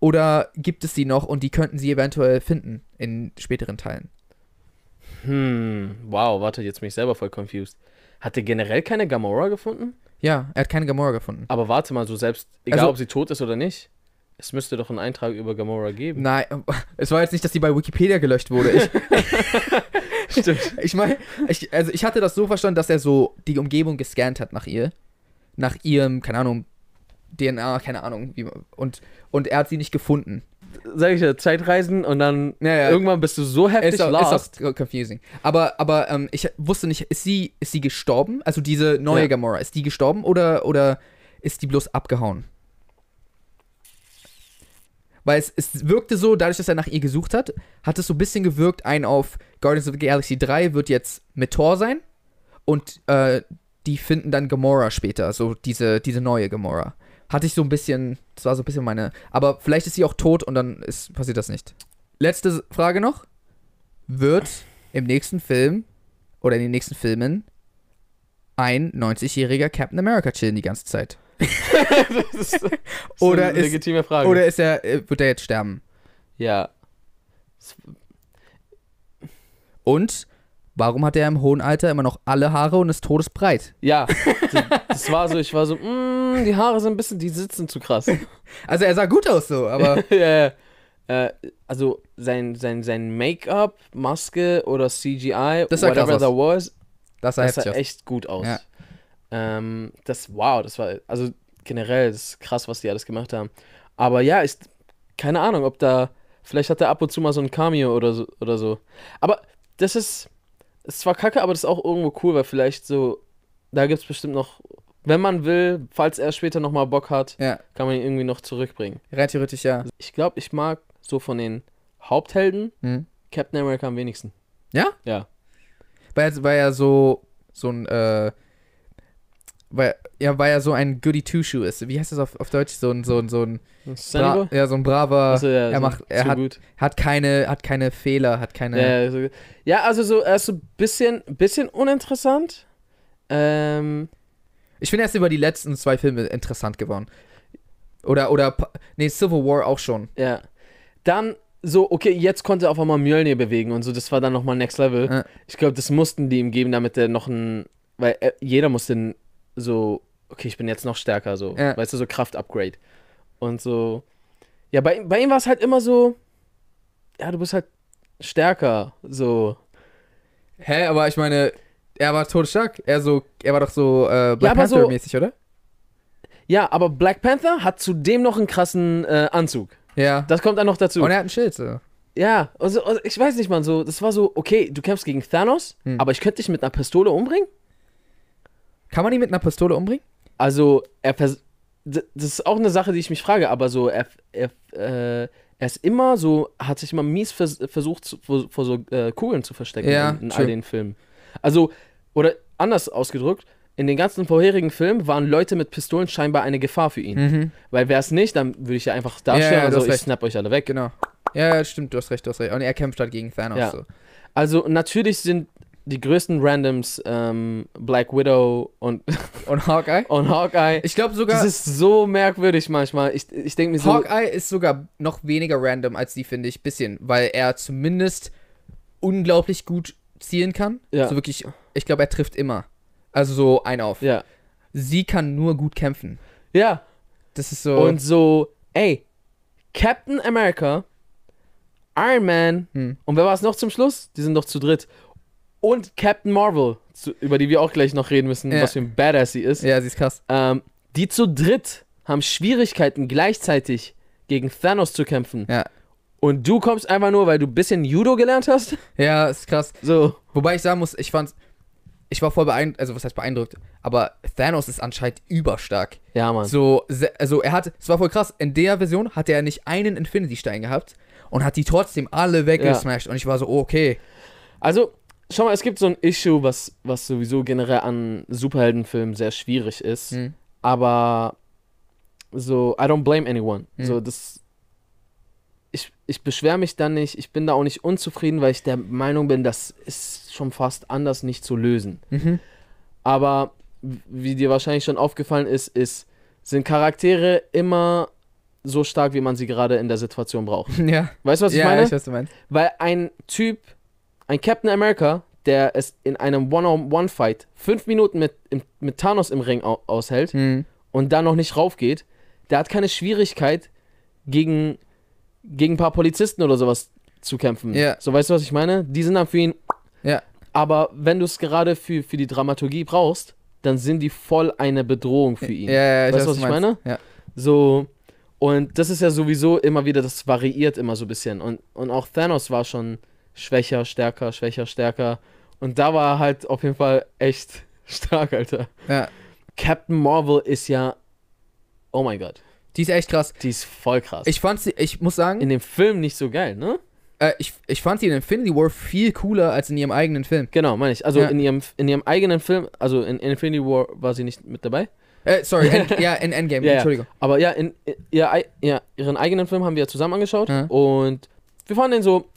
A: Oder gibt es die noch und die könnten sie eventuell finden in späteren Teilen?
B: Hm, wow, warte, jetzt bin ich selber voll confused. Hat er generell keine Gamora gefunden?
A: Ja, er hat keine Gamora gefunden.
B: Aber warte mal, so selbst, egal
A: Also-
B: ob sie tot ist oder nicht, es müsste doch einen Eintrag über
A: (laughs)
B: Gamora geben.
A: Nein, es war jetzt nicht, dass die bei Wikipedia gelöscht wurde. Ich,
B: Stimmt.
A: ich meine, ich, also ich hatte das so verstanden, dass er so die Umgebung gescannt hat nach ihr. Nach ihrem, keine Ahnung, DNA, keine Ahnung. Wie, und, und er hat sie nicht gefunden.
B: Sag ich ja, Zeitreisen und dann
A: Ja, ja.
B: irgendwann bist du so heftig
A: Ist auch,
B: lost.
A: ist auch confusing. Aber, aber ähm, ich wusste nicht, ist sie, ist sie gestorben? Also diese neue
B: Ja.
A: Gamora, ist die gestorben oder, oder ist die bloß abgehauen? Weil es, es wirkte so, dadurch, dass er nach ihr gesucht hat, hat es so ein bisschen gewirkt, ein auf Guardians of the Galaxy 3 wird jetzt mit Thor sein und äh, die finden dann Gamora später, so diese, diese neue Gamora. Hatte ich so ein bisschen, das war so ein bisschen meine, aber vielleicht ist sie auch tot und dann ist, passiert das nicht. Letzte Frage noch. Wird im nächsten Film oder in den nächsten Filmen ein 90-jähriger Captain America chillen die ganze Zeit?
B: das ist
A: Oder
B: eine
A: ist-
B: legitime Frage.
A: Oder ist er, äh, wird er jetzt sterben?
B: ja.
A: Und warum hat er im hohen Alter immer noch alle Haare und ist todesbreit?
B: Ja, das war so, ich war so, mm, die Haare sind ein bisschen, die sitzen
A: (laughs)
B: zu krass.
A: Also er sah gut aus so,
B: (laughs)
A: aber
B: ja, ja. Äh, also sein, sein, sein Make-up, Maske oder CGI,
A: Das sah
B: whatever
A: krass
B: that was,
A: das sah
B: das
A: heftig
B: sah
A: aus.
B: echt gut aus.
A: Ja.
B: Ähm, das, wow, das war, also generell, das ist krass, was die alles gemacht haben. Aber ja, ist, keine Ahnung, ob da, vielleicht hat er ab und zu mal so ein Cameo oder so. Oder so. Aber das ist, ist zwar kacke, aber das ist auch irgendwo cool, weil vielleicht so, da gibt es bestimmt noch, wenn man will, falls er später nochmal Bock hat,
A: Ja,
B: kann man ihn irgendwie noch zurückbringen.
A: rein theoretisch ja.
B: Ich glaube, ich mag so von den Haupthelden
A: Mhm.
B: Captain America am wenigsten.
A: Ja?
B: Ja.
A: Weil, weil er so, so ein, äh, weil, ja, weil er so ein Goody Two-Shoe ist. Wie heißt das auf, auf Deutsch? So ein, so ein, so ein,
B: Sunny Boy?
A: ja, so ein braver,
B: Achso, Also, ja,
A: er
B: so-
A: macht- er
B: so
A: hat-
B: gut.
A: hat keine, hat keine Fehler, hat keine,
B: Ja, so, ja, also so, er ist so ein bisschen, bisschen uninteressant. Ähm,
A: Ich finde erst über die letzten zwei Filme interessant geworden. Oder, oder, pa- nee, Civil War auch schon.
B: ja. Dann so, okay, jetzt konnte er auf einmal Mjölnir bewegen und so, das war dann nochmal Next Level.
A: Ja.
B: Ich glaube, das mussten die ihm geben, damit er noch ein, weil er, jeder musste n- so, okay, ich bin jetzt noch stärker, so,
A: Ja.
B: weißt du, so Kraft-Upgrade. Und so, ja, bei, bei ihm war es halt immer so, ja, du bist halt stärker, so.
A: Hä, aber ich meine, er war todesstark. Er so, er war doch so äh,
B: Ja,
A: Black
B: aber so-
A: Panther-mäßig, oder?
B: Ja, aber Black Panther hat zudem noch einen krassen äh, Anzug.
A: Ja.
B: Das kommt dann noch dazu.
A: Und er hat ein Schild, so.
B: Ja, also, also ich weiß nicht, Mann, so, das war so, okay, du kämpfst gegen Thanos,
A: Hm.
B: aber ich könnte dich mit einer Pistole umbringen?
A: Kann man ihn mit einer Pistole umbringen?
B: Also, er vers d- das ist auch eine Sache, die ich mich frage, aber so, er, er, äh, er ist immer so, hat sich immer mies vers versucht, zu, vor, vor so äh, Kugeln zu verstecken
A: Ja,
B: in, in
A: true.
B: all den Filmen. Also, oder anders ausgedrückt, in den ganzen vorherigen Filmen waren Leute mit Pistolen scheinbar eine Gefahr für ihn.
A: Mhm. Weil,
B: Weil wäre es nicht, dann würde ich ja einfach darstellen,
A: Ja, ja, du hast
B: also ich
A: recht.
B: snap euch alle weg.
A: genau. Ja, ja, stimmt, du hast recht, du hast recht. Und er kämpft halt gegen Thanos,
B: Ja.
A: so.
B: Also natürlich sind die größten Randoms ähm, Black Widow und, (laughs)
A: Und Hawkeye?
B: und Hawkeye.
A: Ich glaube sogar,
B: Das ist so merkwürdig manchmal. Ich, ich denke mir so,
A: Hawkeye ist sogar noch weniger random als die, finde ich, bisschen, weil er zumindest unglaublich gut zielen kann.
B: Ja.
A: So wirklich, ich glaube, er trifft immer. Also so ein auf.
B: ja,
A: Sie kann nur gut kämpfen.
B: ja.
A: Das ist so.
B: Und so, ey, Captain America, Iron Man
A: Hm.
B: und wer war es noch zum Schluss? Die sind noch zu dritt. Und Captain Marvel, zu, über die wir auch gleich noch reden müssen,
A: Ja.
B: was für ein Badass sie ist.
A: ja, sie ist krass.
B: Ähm, die zu dritt haben Schwierigkeiten gleichzeitig gegen Thanos zu kämpfen.
A: Ja.
B: Und du kommst einfach nur, weil du ein bisschen Judo gelernt hast.
A: Ja, ist krass.
B: So.
A: Wobei ich sagen muss, ich fand, ich war voll beeindruckt, also was heißt beeindruckt, aber Thanos ist anscheinend überstark.
B: Ja, Mann.
A: So, se- also er hat, es war voll krass, in der Version hatte er nicht einen Infinity-Stein gehabt und hat die trotzdem alle weggesmashed und ich war so, oh, okay.
B: Also, schau mal, es gibt so ein Issue, was, was sowieso generell an Superheldenfilmen sehr schwierig ist.
A: Hm.
B: Aber so, I don't blame anyone.
A: Hm.
B: So, das. Ich, ich beschwere mich dann nicht, ich bin da auch nicht unzufrieden, weil ich der Meinung bin, das ist schon fast anders nicht zu lösen.
A: Mhm. (laughs)
B: Aber w- wie dir wahrscheinlich schon aufgefallen ist, ist sind Charaktere immer so stark, wie man sie gerade in der Situation braucht.
A: Ja.
B: Weißt du, was ich
A: ja,
B: meine?
A: ich weiß, was du meinst.
B: Weil ein Typ, ein Captain America, der es in einem One-on-One-Fight fünf Minuten mit, im, mit Thanos im Ring au aushält
A: Hm.
B: und da noch nicht raufgeht, der hat keine Schwierigkeit, gegen, gegen ein paar Polizisten oder sowas zu kämpfen.
A: Ja.
B: So, weißt du, was ich meine? Die sind dann für ihn.
A: Ja.
B: Aber wenn du es gerade für, für die Dramaturgie brauchst, dann sind die voll eine Bedrohung für ihn.
A: Ja, ja, ich
B: Weißt
A: weiß,
B: du, was
A: du
B: ich
A: meinst. Ja.
B: So, und das ist ja sowieso immer wieder, das variiert immer so ein bisschen. Und, und auch Thanos war schon schwächer, stärker, schwächer, stärker. Und da war er halt auf jeden Fall echt (laughs) stark, Alter.
A: Ja.
B: Captain Marvel ist ja, oh mein Gott,
A: Die ist echt krass.
B: die ist voll krass.
A: Ich fand sie, ich muss sagen,
B: In dem Film nicht so geil, ne?
A: äh, ich, ich fand sie in Infinity War viel cooler als in ihrem eigenen Film.
B: Genau, meine ich. Also
A: Ja.
B: in, ihrem, in ihrem eigenen Film, also in Infinity War war sie nicht mit dabei.
A: Äh, sorry,
B: (laughs)
A: End, ja, in Endgame,
B: Ja, Ähm, ja.
A: Entschuldigung.
B: Aber ja, in, in, ihr, ei- ja, ihren eigenen Film haben wir ja zusammen angeschaut.
A: Ja.
B: Und wir fanden den so,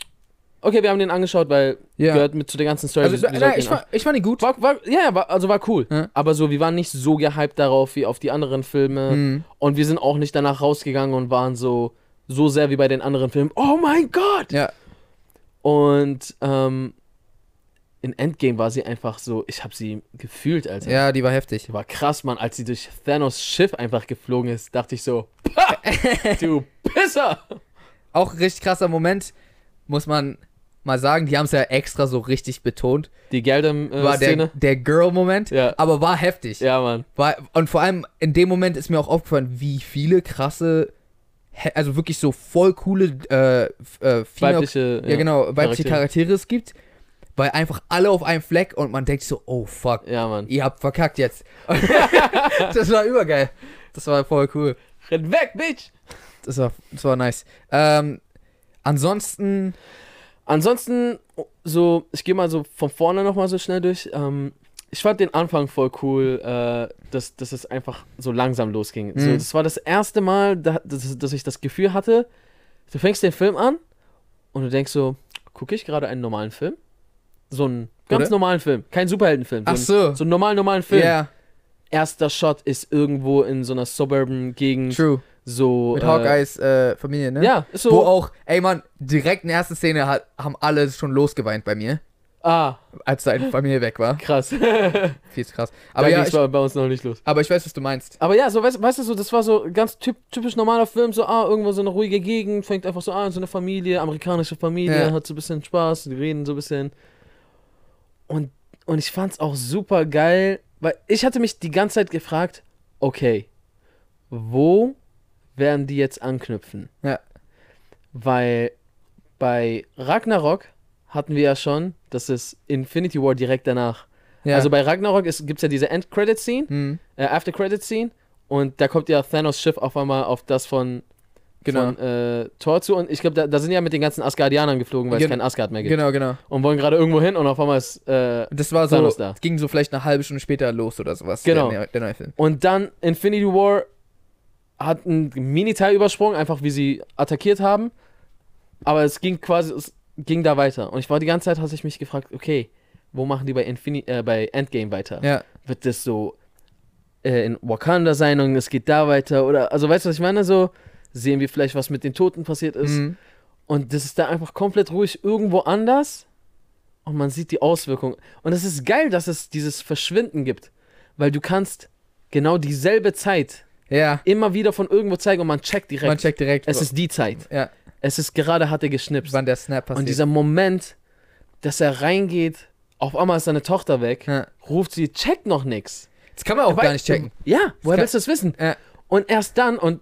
B: okay, wir haben den angeschaut, weil
A: Ja.
B: gehört mit zu der ganzen Story.
A: Also,
B: wir-
A: na,
B: wir sollten
A: ich,
B: ihn an-
A: fand, ich fand ihn gut.
B: war, war, ja, ja, war, also war cool.
A: Ja.
B: Aber so, wir waren nicht so gehypt darauf wie auf die anderen Filme.
A: Mhm.
B: Und wir sind auch nicht danach rausgegangen und waren so, so sehr wie bei den anderen Filmen. Oh mein Gott!
A: Ja.
B: Und ähm, in Endgame war sie einfach so, ich habe sie gefühlt, Alter.
A: Ja, die war heftig.
B: Die war krass, Mann. Als sie durch Thanos Schiff einfach geflogen ist, dachte ich so,
A: (laughs)
B: "Pah, du Pisser!
A: Auch ein richtig krasser Moment, muss man mal sagen. Die haben es ja extra so richtig betont.
B: Die Geldem-Szene.
A: War
B: Äh,
A: der,
B: Szene.
A: der Girl-Moment,
B: Ja.
A: aber war heftig.
B: ja, Mann.
A: War, und vor allem in dem Moment ist mir auch aufgefallen, wie viele krasse, he- also wirklich so voll coole äh, f- äh, Female-
B: Weibliche.
A: ja, genau, weibliche Charaktere. es gibt, weil einfach alle auf einem Fleck und man denkt so, oh fuck,
B: Ja, Mann.
A: ihr habt verkackt jetzt.
B: (laughs)
A: das war übergeil. Das war voll cool.
B: Renn weg, Bitch!
A: Das war, das war nice. Ähm, ansonsten,
B: Ansonsten, so, ich gehe mal so von vorne nochmal so schnell durch. Ähm, ich fand den Anfang voll cool, äh, dass, dass es einfach so langsam losging. So,
A: Mhm.
B: das war das erste Mal, da, dass, dass ich das Gefühl hatte, du fängst den Film an und du denkst so, gucke ich gerade einen normalen Film? So einen ganz
A: Oder?
B: normalen Film, kein Superheldenfilm.
A: ach
B: so.
A: so,
B: einen- So einen normalen, normalen
A: ja,
B: Film. Erster Shot ist irgendwo in so einer suburban Gegend.
A: true.
B: So,
A: Mit
B: äh,
A: Hawkeyes äh, Familie, ne?
B: Ja, ist so.
A: Wo auch, ey Mann, direkt in der ersten Szene hat, haben alle schon losgeweint bei mir,
B: ah,
A: als deine Familie weg war.
B: krass. (laughs) da
A: Viel zu krass. Aber ja,
B: ging's
A: ich,
B: bei, bei uns noch nicht los.
A: aber ich weiß, was du meinst.
B: Aber ja, so weißt, weißt du, so, das war so ganz typ, typisch normaler Film, so ah, irgendwo so eine ruhige Gegend, fängt einfach so an, so eine Familie, amerikanische Familie,
A: Ja.
B: hat so ein bisschen Spaß, die reden so ein bisschen. Und, und ich fand's auch super geil, weil ich hatte mich die ganze Zeit gefragt, okay, wo werden die jetzt anknüpfen?
A: Ja.
B: Weil bei Ragnarok hatten wir ja schon, das ist Infinity War direkt danach.
A: Ja.
B: Also bei Ragnarok ist, gibt's ja diese End-Credit-Scene
A: hm,
B: äh, After Credit Scene und da kommt ja Thanos Schiff auf einmal auf das von,
A: Genau.
B: von äh, Thor zu und ich glaube, da, da sind ja mit den ganzen Asgardianern geflogen, weil es
A: Gen-
B: kein Asgard mehr gibt
A: genau, genau.
B: und wollen gerade irgendwo hin und auf einmal ist äh,
A: Das war so,
B: Thanos da.
A: es ging so vielleicht eine halbe Stunde später los oder sowas.
B: Genau.
A: Der, der neue Film.
B: und dann Infinity War hat einen Mini-Teil übersprungen, einfach wie sie attackiert haben, aber es ging quasi, es ging da weiter und ich war die ganze Zeit, hatte ich mich gefragt, okay, wo machen die bei, Infini äh, bei Endgame weiter?
A: Ja.
B: wird das so äh, in Wakanda sein und es geht da weiter oder also weißt du was ich meine so sehen wir vielleicht was mit den Toten passiert ist
A: Mhm.
B: und das ist da einfach komplett ruhig irgendwo anders und man sieht die Auswirkungen und es ist geil dass es dieses Verschwinden gibt weil du kannst genau dieselbe Zeit
A: Ja.
B: immer wieder von irgendwo zeigen und man checkt direkt
A: Man checkt direkt,
B: es
A: wo-
B: ist die Zeit
A: ja,
B: es ist gerade hat er geschnipst
A: wann der Snap passiert.
B: und dieser Moment dass er reingeht auf einmal ist seine Tochter weg
A: ja.
B: ruft sie checkt noch nix
A: Das kann man auch
B: Weil-
A: gar nicht checken.
B: Ja, woher
A: kann-
B: willst du das wissen?
A: Ja.
B: Und erst dann, und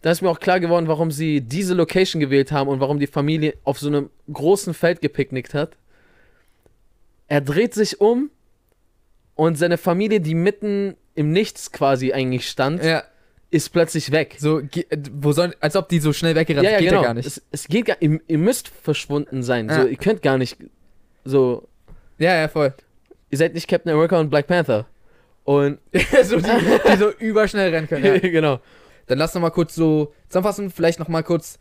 B: da ist mir auch klar geworden, warum sie diese Location gewählt haben und warum die Familie auf so einem großen Feld gepicknickt hat. Er dreht sich um und seine Familie, die mitten im Nichts quasi eigentlich stand,
A: Ja.
B: ist plötzlich weg. genau.
A: So, ge- äh, wo sollen, als ob die so schnell weggerannt sind, geht ja gar nicht.
B: Es, es geht gar, ihr, ihr müsst verschwunden sein.
A: Ja.
B: So, ihr könnt gar nicht so.
A: ja, ja, voll. (laughs)
B: Ihr seid nicht Captain America und Black Panther. Und
A: so die, die so überschnell rennen können. Ja.
B: (laughs) genau.
A: Dann lass noch mal kurz so zusammenfassen, vielleicht noch mal kurz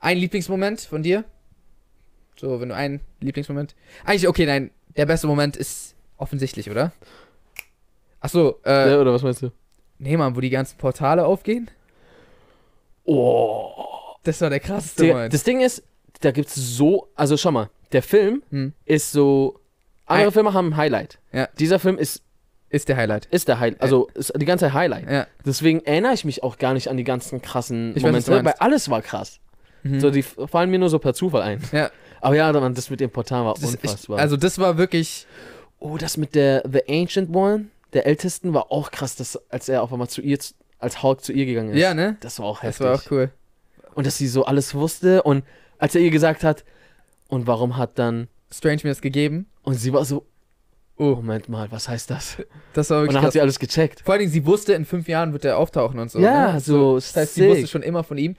A: ein Lieblingsmoment von dir. So, wenn du einen Lieblingsmoment. Eigentlich okay, nein, der beste Moment ist offensichtlich, oder? Ach so, äh,
B: ja, oder was meinst du?
A: nee, Mann, wo die ganzen Portale aufgehen.
B: Oh.
A: Das war der krasseste
B: Der,
A: Moment.
B: das Ding ist, da gibt's so, also schau mal, der Film
A: Hm.
B: ist so, andere
A: Ein-
B: Filme haben ein Highlight.
A: Ja.
B: Dieser Film ist,
A: ist der Highlight.
B: ist der Highlight, also ist die ganze Zeit Highlight.
A: Ja.
B: Deswegen erinnere ich mich auch gar nicht an die ganzen krassen
A: Ich weiß, was
B: Momente,
A: du meinst.
B: weil alles war krass.
A: Mhm.
B: So, die f- fallen mir nur so per Zufall ein.
A: Ja.
B: Aber ja, Mann, das mit dem Portal war
A: Das, ich,
B: unfassbar.
A: also das war wirklich.
B: oh, das mit der The Ancient One, der Ältesten, war auch krass, dass, als er auf einmal zu ihr, z- als Hulk zu ihr gegangen ist.
A: Ja, ne?
B: Das war auch
A: Das
B: heftig.
A: war auch cool.
B: Und dass sie so alles wusste und als er ihr gesagt hat, und warum hat dann,
A: Strange mir das gegeben.
B: und sie war so,
A: Oh.
B: oh, Moment mal, was heißt (laughs) das?
A: Das war
B: Und
A: wirklich.
B: dann hat
A: Krass.
B: sie alles gecheckt.
A: Vor allen Dingen, sie wusste, in fünf Jahren wird er auftauchen und so.
B: ja,
A: ne?
B: so,
A: Das heißt, sie
B: sick.
A: wusste schon immer von ihm.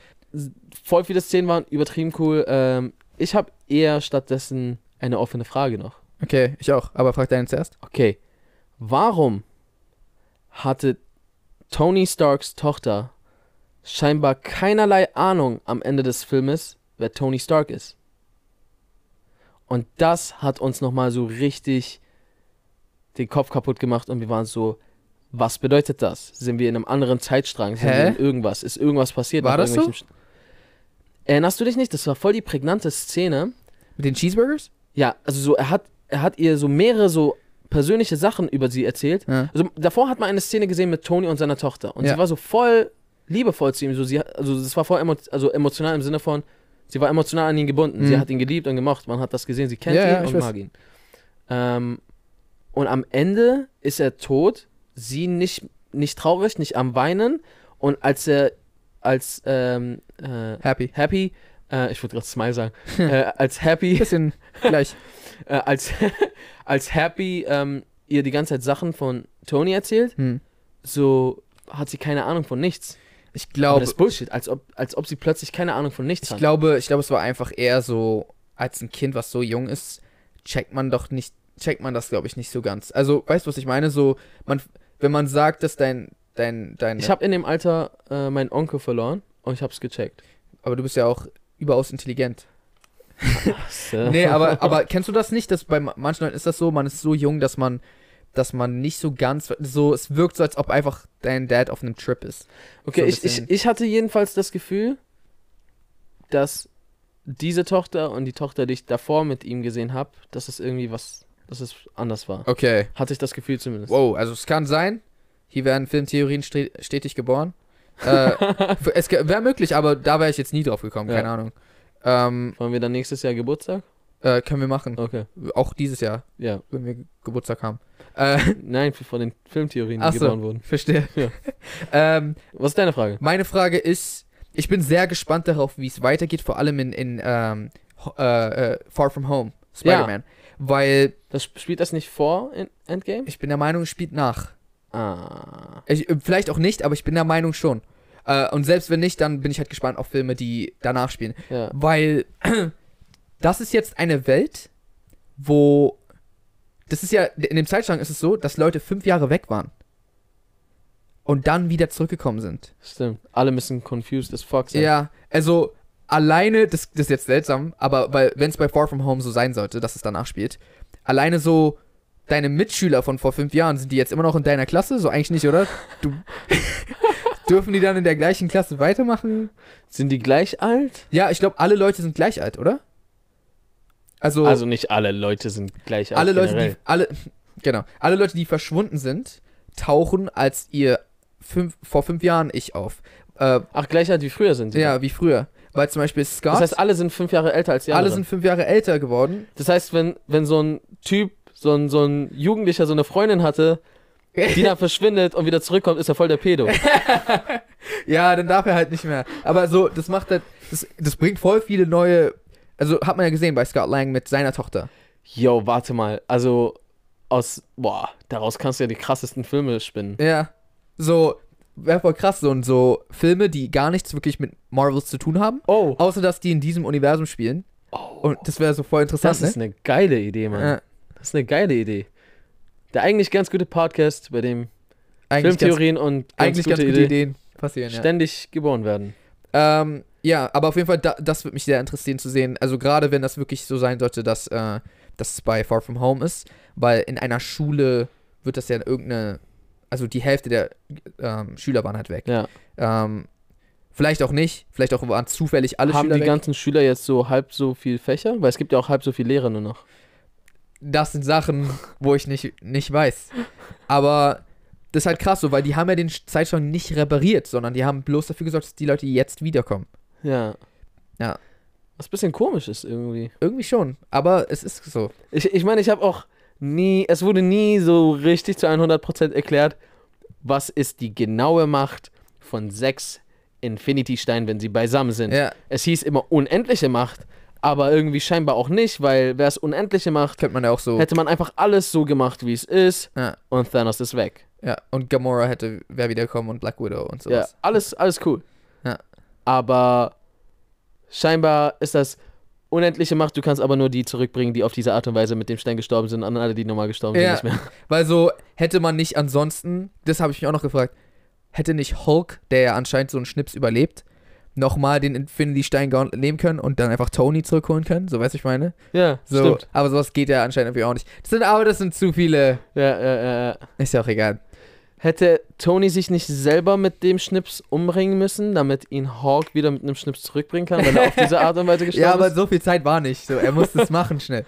B: Voll viele Szenen waren übertrieben cool. Ähm, ich habe eher stattdessen eine offene Frage noch.
A: Okay, ich auch. Aber frag deinen zuerst.
B: Okay, warum hatte Tony Starks Tochter scheinbar keinerlei Ahnung am Ende des Filmes, wer Tony Stark ist? Und das hat uns nochmal so richtig den Kopf kaputt gemacht und wir waren so, was bedeutet das? Sind wir in einem anderen Zeitstrang? Sind
A: Hä?
B: wir in irgendwas? Ist irgendwas passiert?
A: War
B: nach
A: das so?
B: irgendwelchen Sch- Erinnerst du dich nicht? Das war voll die prägnante Szene.
A: Mit den Cheeseburgers?
B: Ja, also so, er hat, er hat ihr so mehrere so persönliche Sachen über sie erzählt. (laughs)
A: Ja.
B: Also davor hat man eine Szene gesehen mit Tony und seiner Tochter. Und
A: Ja.
B: sie war so voll liebevoll zu ihm. So, sie, also das war voll emo, also emotional im Sinne von, sie war emotional an ihn gebunden. Sie
A: Mhm.
B: hat ihn geliebt und gemocht. Man hat das gesehen, sie kennt
A: Ja,
B: ihn
A: ja, ich
B: und
A: weiß.
B: mag ihn. Ähm, und am Ende ist er tot, sie nicht, nicht traurig, nicht am Weinen. Und als er, als ähm, äh,
A: Happy.
B: Happy, äh, ich würde gerade
A: (laughs)
B: Smile sagen, äh, als Happy
A: Bisschen gleich.
B: äh, als, (laughs) als Happy ähm, ihr die ganze Zeit Sachen von Tony erzählt,
A: Hm.
B: so hat sie keine Ahnung von nichts.
A: Ich
B: Aber
A: glaube,
B: das ist Bullshit, als ob, als ob sie plötzlich keine Ahnung von nichts
A: ich
B: hat.
A: glaube, ich glaube, es war einfach eher so, als ein Kind, was so jung ist, checkt man doch nicht, checkt man das, glaube ich, nicht so ganz. Also, weißt du, was ich meine? So, man, wenn man sagt, dass dein, dein, dein,
B: Ich habe in dem Alter äh, meinen Onkel verloren und ich hab's gecheckt.
A: aber du bist ja auch überaus intelligent. Nee,
B: (laughs)
A: aber, aber kennst du das nicht? Dass bei ma- manchen Leuten ist das so, man ist so jung, dass man, dass man nicht so ganz, so, es wirkt so, als ob einfach dein Dad auf einem Trip ist.
B: Okay,
A: so ein
B: ich, ich,
A: bisschen-
B: ich hatte jedenfalls das Gefühl, dass diese Tochter und die Tochter, die ich davor mit ihm gesehen habe, dass es irgendwie was, dass es anders war.
A: Okay.
B: Hatte ich das Gefühl zumindest.
A: Wow, also es kann sein, hier werden Filmtheorien stre- stetig geboren.
B: (laughs)
A: äh, für- es wäre möglich, aber da wäre ich jetzt nie drauf gekommen,
B: Ja.
A: keine Ahnung. Ähm,
B: Wollen wir dann nächstes Jahr Geburtstag?
A: äh, können wir machen.
B: Okay,
A: Auch dieses Jahr,
B: ja.
A: wenn wir Geburtstag haben. Äh, (laughs)
B: Nein, von den Filmtheorien,
A: Ach
B: die
A: so.
B: geboren wurden.
A: verstehe.
B: Ja.
A: ähm,
B: Was ist deine Frage?
A: Meine Frage ist, ich bin sehr gespannt darauf, wie es weitergeht, vor allem in, in ähm, ho- äh, äh, Far From Home, Spider-Man. Weil
B: Das sp- spielt das nicht vor in Endgame?
A: ich bin der Meinung, es spielt nach.
B: Ah.
A: Ich, äh, vielleicht auch nicht, aber ich bin der Meinung schon. Äh, und selbst wenn nicht, dann bin ich halt gespannt auf Filme, die danach spielen.
B: Ja.
A: Weil (clears throat) das ist jetzt eine Welt, wo. Das ist ja, in dem Zeitstrang ist es so, dass Leute fünf Jahre weg waren. Und dann wieder zurückgekommen sind.
B: Stimmt. Alle müssen confused as fuck sein.
A: Ja, also alleine, das, das ist jetzt seltsam, aber weil, wenn es bei Far From Home so sein sollte, dass es danach spielt, alleine so deine Mitschüler von vor fünf Jahren, sind die jetzt immer noch in deiner Klasse? So eigentlich nicht, oder?
B: (laughs)
A: Du, dürfen die dann in der gleichen Klasse weitermachen?
B: Sind die gleich alt?
A: Ja, ich glaube, alle Leute sind gleich alt, oder? Also,
B: Also nicht alle Leute sind gleich alt.
A: alle Leute, die,
B: generell.
A: alle, (laughs) genau, alle Leute, die verschwunden sind, tauchen als ihr fünf, vor fünf Jahren ich auf. Äh,
B: Ach, gleich alt wie früher sind sie.
A: ja, wie früher. Weil zum Beispiel
B: Das
A: Scar
B: heißt, alle sind fünf Jahre älter als die
A: alle
B: anderen.
A: sind fünf Jahre älter geworden.
B: das heißt, wenn, wenn so ein Typ, so ein, so ein Jugendlicher so eine Freundin hatte,
A: (laughs)
B: die dann verschwindet und wieder zurückkommt, ist er voll der Pedo.
A: ja, dann darf er halt nicht mehr. Aber so, das macht halt, das, das bringt voll viele neue. Also hat man ja gesehen bei Scott Lang mit seiner Tochter.
B: Yo, warte mal. Also aus, boah, daraus kannst du ja die krassesten Filme spinnen.
A: Ja. So, wäre voll krass, so und so Filme, die gar nichts wirklich mit Marvels zu tun haben,
B: Oh.
A: außer dass die in diesem Universum spielen. Und das wäre so voll interessant,
B: Das ist
A: ne?
B: eine geile Idee, Mann.
A: Ja,
B: Das ist eine geile Idee. Der eigentlich ganz gute Podcast, bei dem
A: eigentlich ganz,
B: Filmtheorien und ganz
A: eigentlich
B: gute,
A: ganz gute
B: Ideen
A: Ideen passieren, ja.
B: ständig geboren werden.
A: Ähm, ja, aber auf jeden Fall, da, das würde mich sehr interessieren zu sehen. Also gerade wenn das wirklich so sein sollte, dass, äh, dass es bei Far From Home ist, weil in einer Schule wird das ja irgendeine, also die Hälfte der ähm, Schüler waren halt weg.
B: Ja.
A: Ähm, Vielleicht auch nicht. Vielleicht auch waren zufällig alle
B: Haben
A: Schüler
B: die
A: weg.
B: ganzen Schüler jetzt so halb so viel Fächer? Weil es gibt ja auch halb so viel Lehrer nur noch.
A: das sind Sachen, wo ich nicht, nicht weiß. Aber das ist halt krass so, weil die haben ja den Zeitschrank nicht repariert, sondern die haben bloß dafür gesorgt, dass die Leute jetzt wiederkommen.
B: Ja.
A: Ja.
B: Was ein bisschen komisch ist irgendwie.
A: Irgendwie schon, aber es ist so.
B: Ich, ich meine, ich habe auch nie, es wurde nie so richtig zu 100% erklärt, was ist die genaue Macht von sechs Infinity-Steinen, wenn sie beisammen sind.
A: Ja,
B: Es hieß immer unendliche Macht, aber irgendwie scheinbar auch nicht, weil wäre es unendliche Macht,
A: könnte man ja auch so.
B: hätte man einfach alles so gemacht, wie es ist
A: Ja,
B: und Thanos ist weg.
A: ja. Und Gamora hätte, wäre wiederkommen und Black Widow und
B: Ja,
A: sowas.
B: alles, alles cool.
A: Ja.
B: Aber scheinbar ist das unendliche Macht, du kannst aber nur die zurückbringen, die auf diese Art und Weise mit dem Stein gestorben sind, an alle, die normal gestorben
A: Ja.
B: sind, nicht mehr. (laughs)
A: Weil so hätte man nicht ansonsten, das habe ich mich auch noch gefragt, hätte nicht Hulk, der ja anscheinend so einen Schnips überlebt, nochmal den Infinity-Stein gau- nehmen können und dann einfach Tony zurückholen können? So, weißt du, ich meine?
B: Ja,
A: So,
B: stimmt.
A: Aber sowas geht ja anscheinend irgendwie auch nicht. Das sind, aber das sind zu viele.
B: Ja, ja, ja, ja.
A: Ist ja auch egal.
B: Hätte Tony sich nicht selber mit dem Schnips umbringen müssen, damit ihn Hawk wieder mit einem Schnips zurückbringen kann, weil er auf diese Art und Weise
A: (laughs) Ja,
B: gestorben
A: aber
B: ist?
A: so viel Zeit war nicht. So, er musste es machen
B: (laughs)
A: schnell.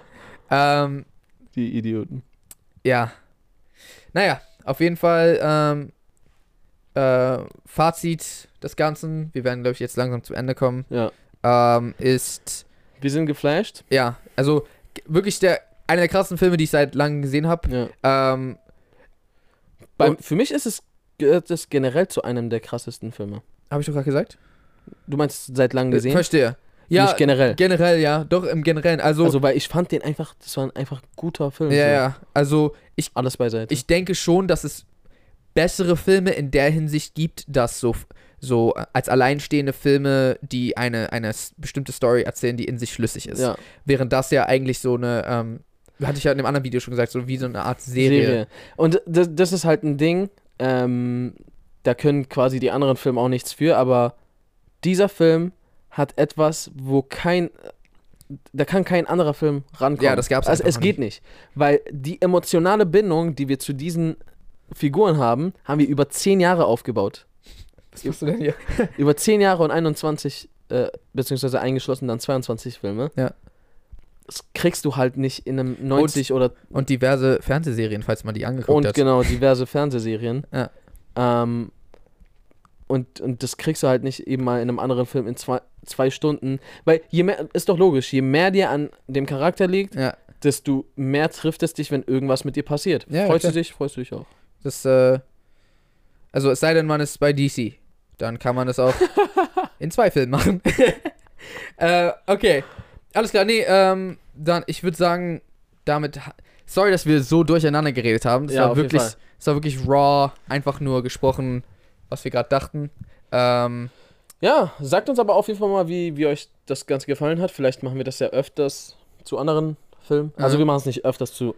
A: Ähm,
B: Die Idioten.
A: ja. Naja, auf jeden Fall ähm, äh, Fazit des Ganzen. Wir werden, glaube ich, jetzt langsam zum Ende kommen.
B: Ja.
A: Ähm, ist
B: Wir sind geflasht.
A: Ja, also g- wirklich der einer der krassesten Filme, die ich seit langem gesehen habe.
B: Ja.
A: Ähm,
B: Bei,
A: Und-
B: für mich ist es, gehört es generell zu einem der krassesten Filme.
A: habe ich doch gerade gesagt?
B: Du meinst seit langem
A: Gesehen?
B: gesehen?
A: Verstehe.
B: Für
A: Äh, Ja,
B: mich generell.
A: generell, ja. Doch, im Generellen. Also,
B: Also, weil ich fand den einfach, das war ein einfach guter Film.
A: ja,
B: so.
A: ja. Also,
B: Alles beiseite.
A: ich denke schon, dass es bessere Filme in der Hinsicht gibt, dass so, so als alleinstehende Filme, die eine, eine s- bestimmte Story erzählen, die in sich schlüssig ist.
B: ja,
A: Während das ja eigentlich so eine, ähm, hatte ich ja in dem anderen Video schon gesagt, so wie so eine Art Serie.
B: Serie. Und das, das ist halt ein Ding, ähm, da können quasi die anderen Filme auch nichts für, aber dieser Film hat etwas, wo kein. Da kann kein anderer Film rankommen.
A: Ja, das gab's
B: Also,
A: einfach
B: es geht nicht. Weil die emotionale Bindung, die wir zu diesen Figuren haben, haben wir über zehn Jahre aufgebaut.
A: Was machst du denn hier?
B: über 10 Jahre und 21, äh, beziehungsweise eingeschlossen dann 22 Filme.
A: Ja.
B: Das kriegst du halt nicht in einem 90 oder
A: Und diverse Fernsehserien, falls man die angeguckt
B: und
A: hat.
B: genau diverse Fernsehserien.
A: Ja.
B: Ähm, und, und das kriegst du halt nicht eben mal in einem anderen Film in zwei, zwei Stunden. Weil je mehr, ist doch logisch, je mehr dir an dem Charakter liegt,
A: Ja,
B: desto mehr trifft es dich, wenn irgendwas mit dir passiert.
A: Ja,
B: freust
A: klar.
B: du dich, freust du dich auch.
A: Das, äh, also es sei denn, man ist bei DC. Dann kann man das
B: (laughs)
A: auch in zwei Filmen machen. (laughs) äh, okay. Alles klar, nee, ähm, dann, ich würde sagen, damit. ha- Sorry, dass wir so durcheinander geredet haben. Das,
B: Ja,
A: war,
B: auf jeden
A: wirklich,
B: Fall.
A: das war wirklich raw, einfach nur gesprochen, was wir gerade dachten. Ähm,
B: Ja, sagt uns aber auf jeden Fall mal, wie, wie euch das Ganze gefallen hat. Vielleicht machen wir das ja öfters zu anderen Filmen. Also
A: Mhm.
B: wir machen es nicht öfters zu.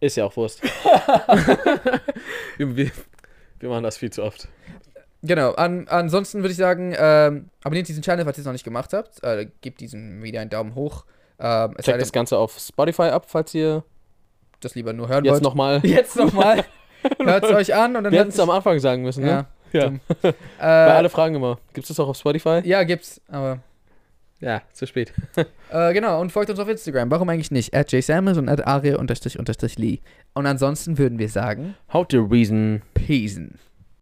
B: Ist ja
A: (laughs)
B: auch Wurst. (laughs) wir, wir, wir machen das viel zu oft.
A: genau, an, ansonsten würde ich sagen, ähm, abonniert diesen Channel, falls ihr es noch nicht gemacht habt. Äh, gebt diesem Video einen Daumen hoch. Ähm, es sei
B: Checkt
A: denn,
B: das Ganze auf Spotify ab, falls ihr
A: das lieber nur hören
B: jetzt
A: wollt.
B: (laughs) nochmal.
A: Jetzt (laughs) nochmal. Hört es euch an und dann
B: Wir hätten
A: hört
B: es am Anfang sagen müssen, ne?
A: Ja.
B: Ja.
A: dumm.
B: Weil
A: Äh,
B: alle fragen immer, gibt es das auch auf Spotify?
A: ja, gibt's, aber.
B: Ja, zu spät.
A: Äh, genau, und folgt uns auf Instagram. Warum eigentlich nicht? At jsamuels und at aria-lee. Und ansonsten würden wir sagen,
B: How the reason.
A: Peace.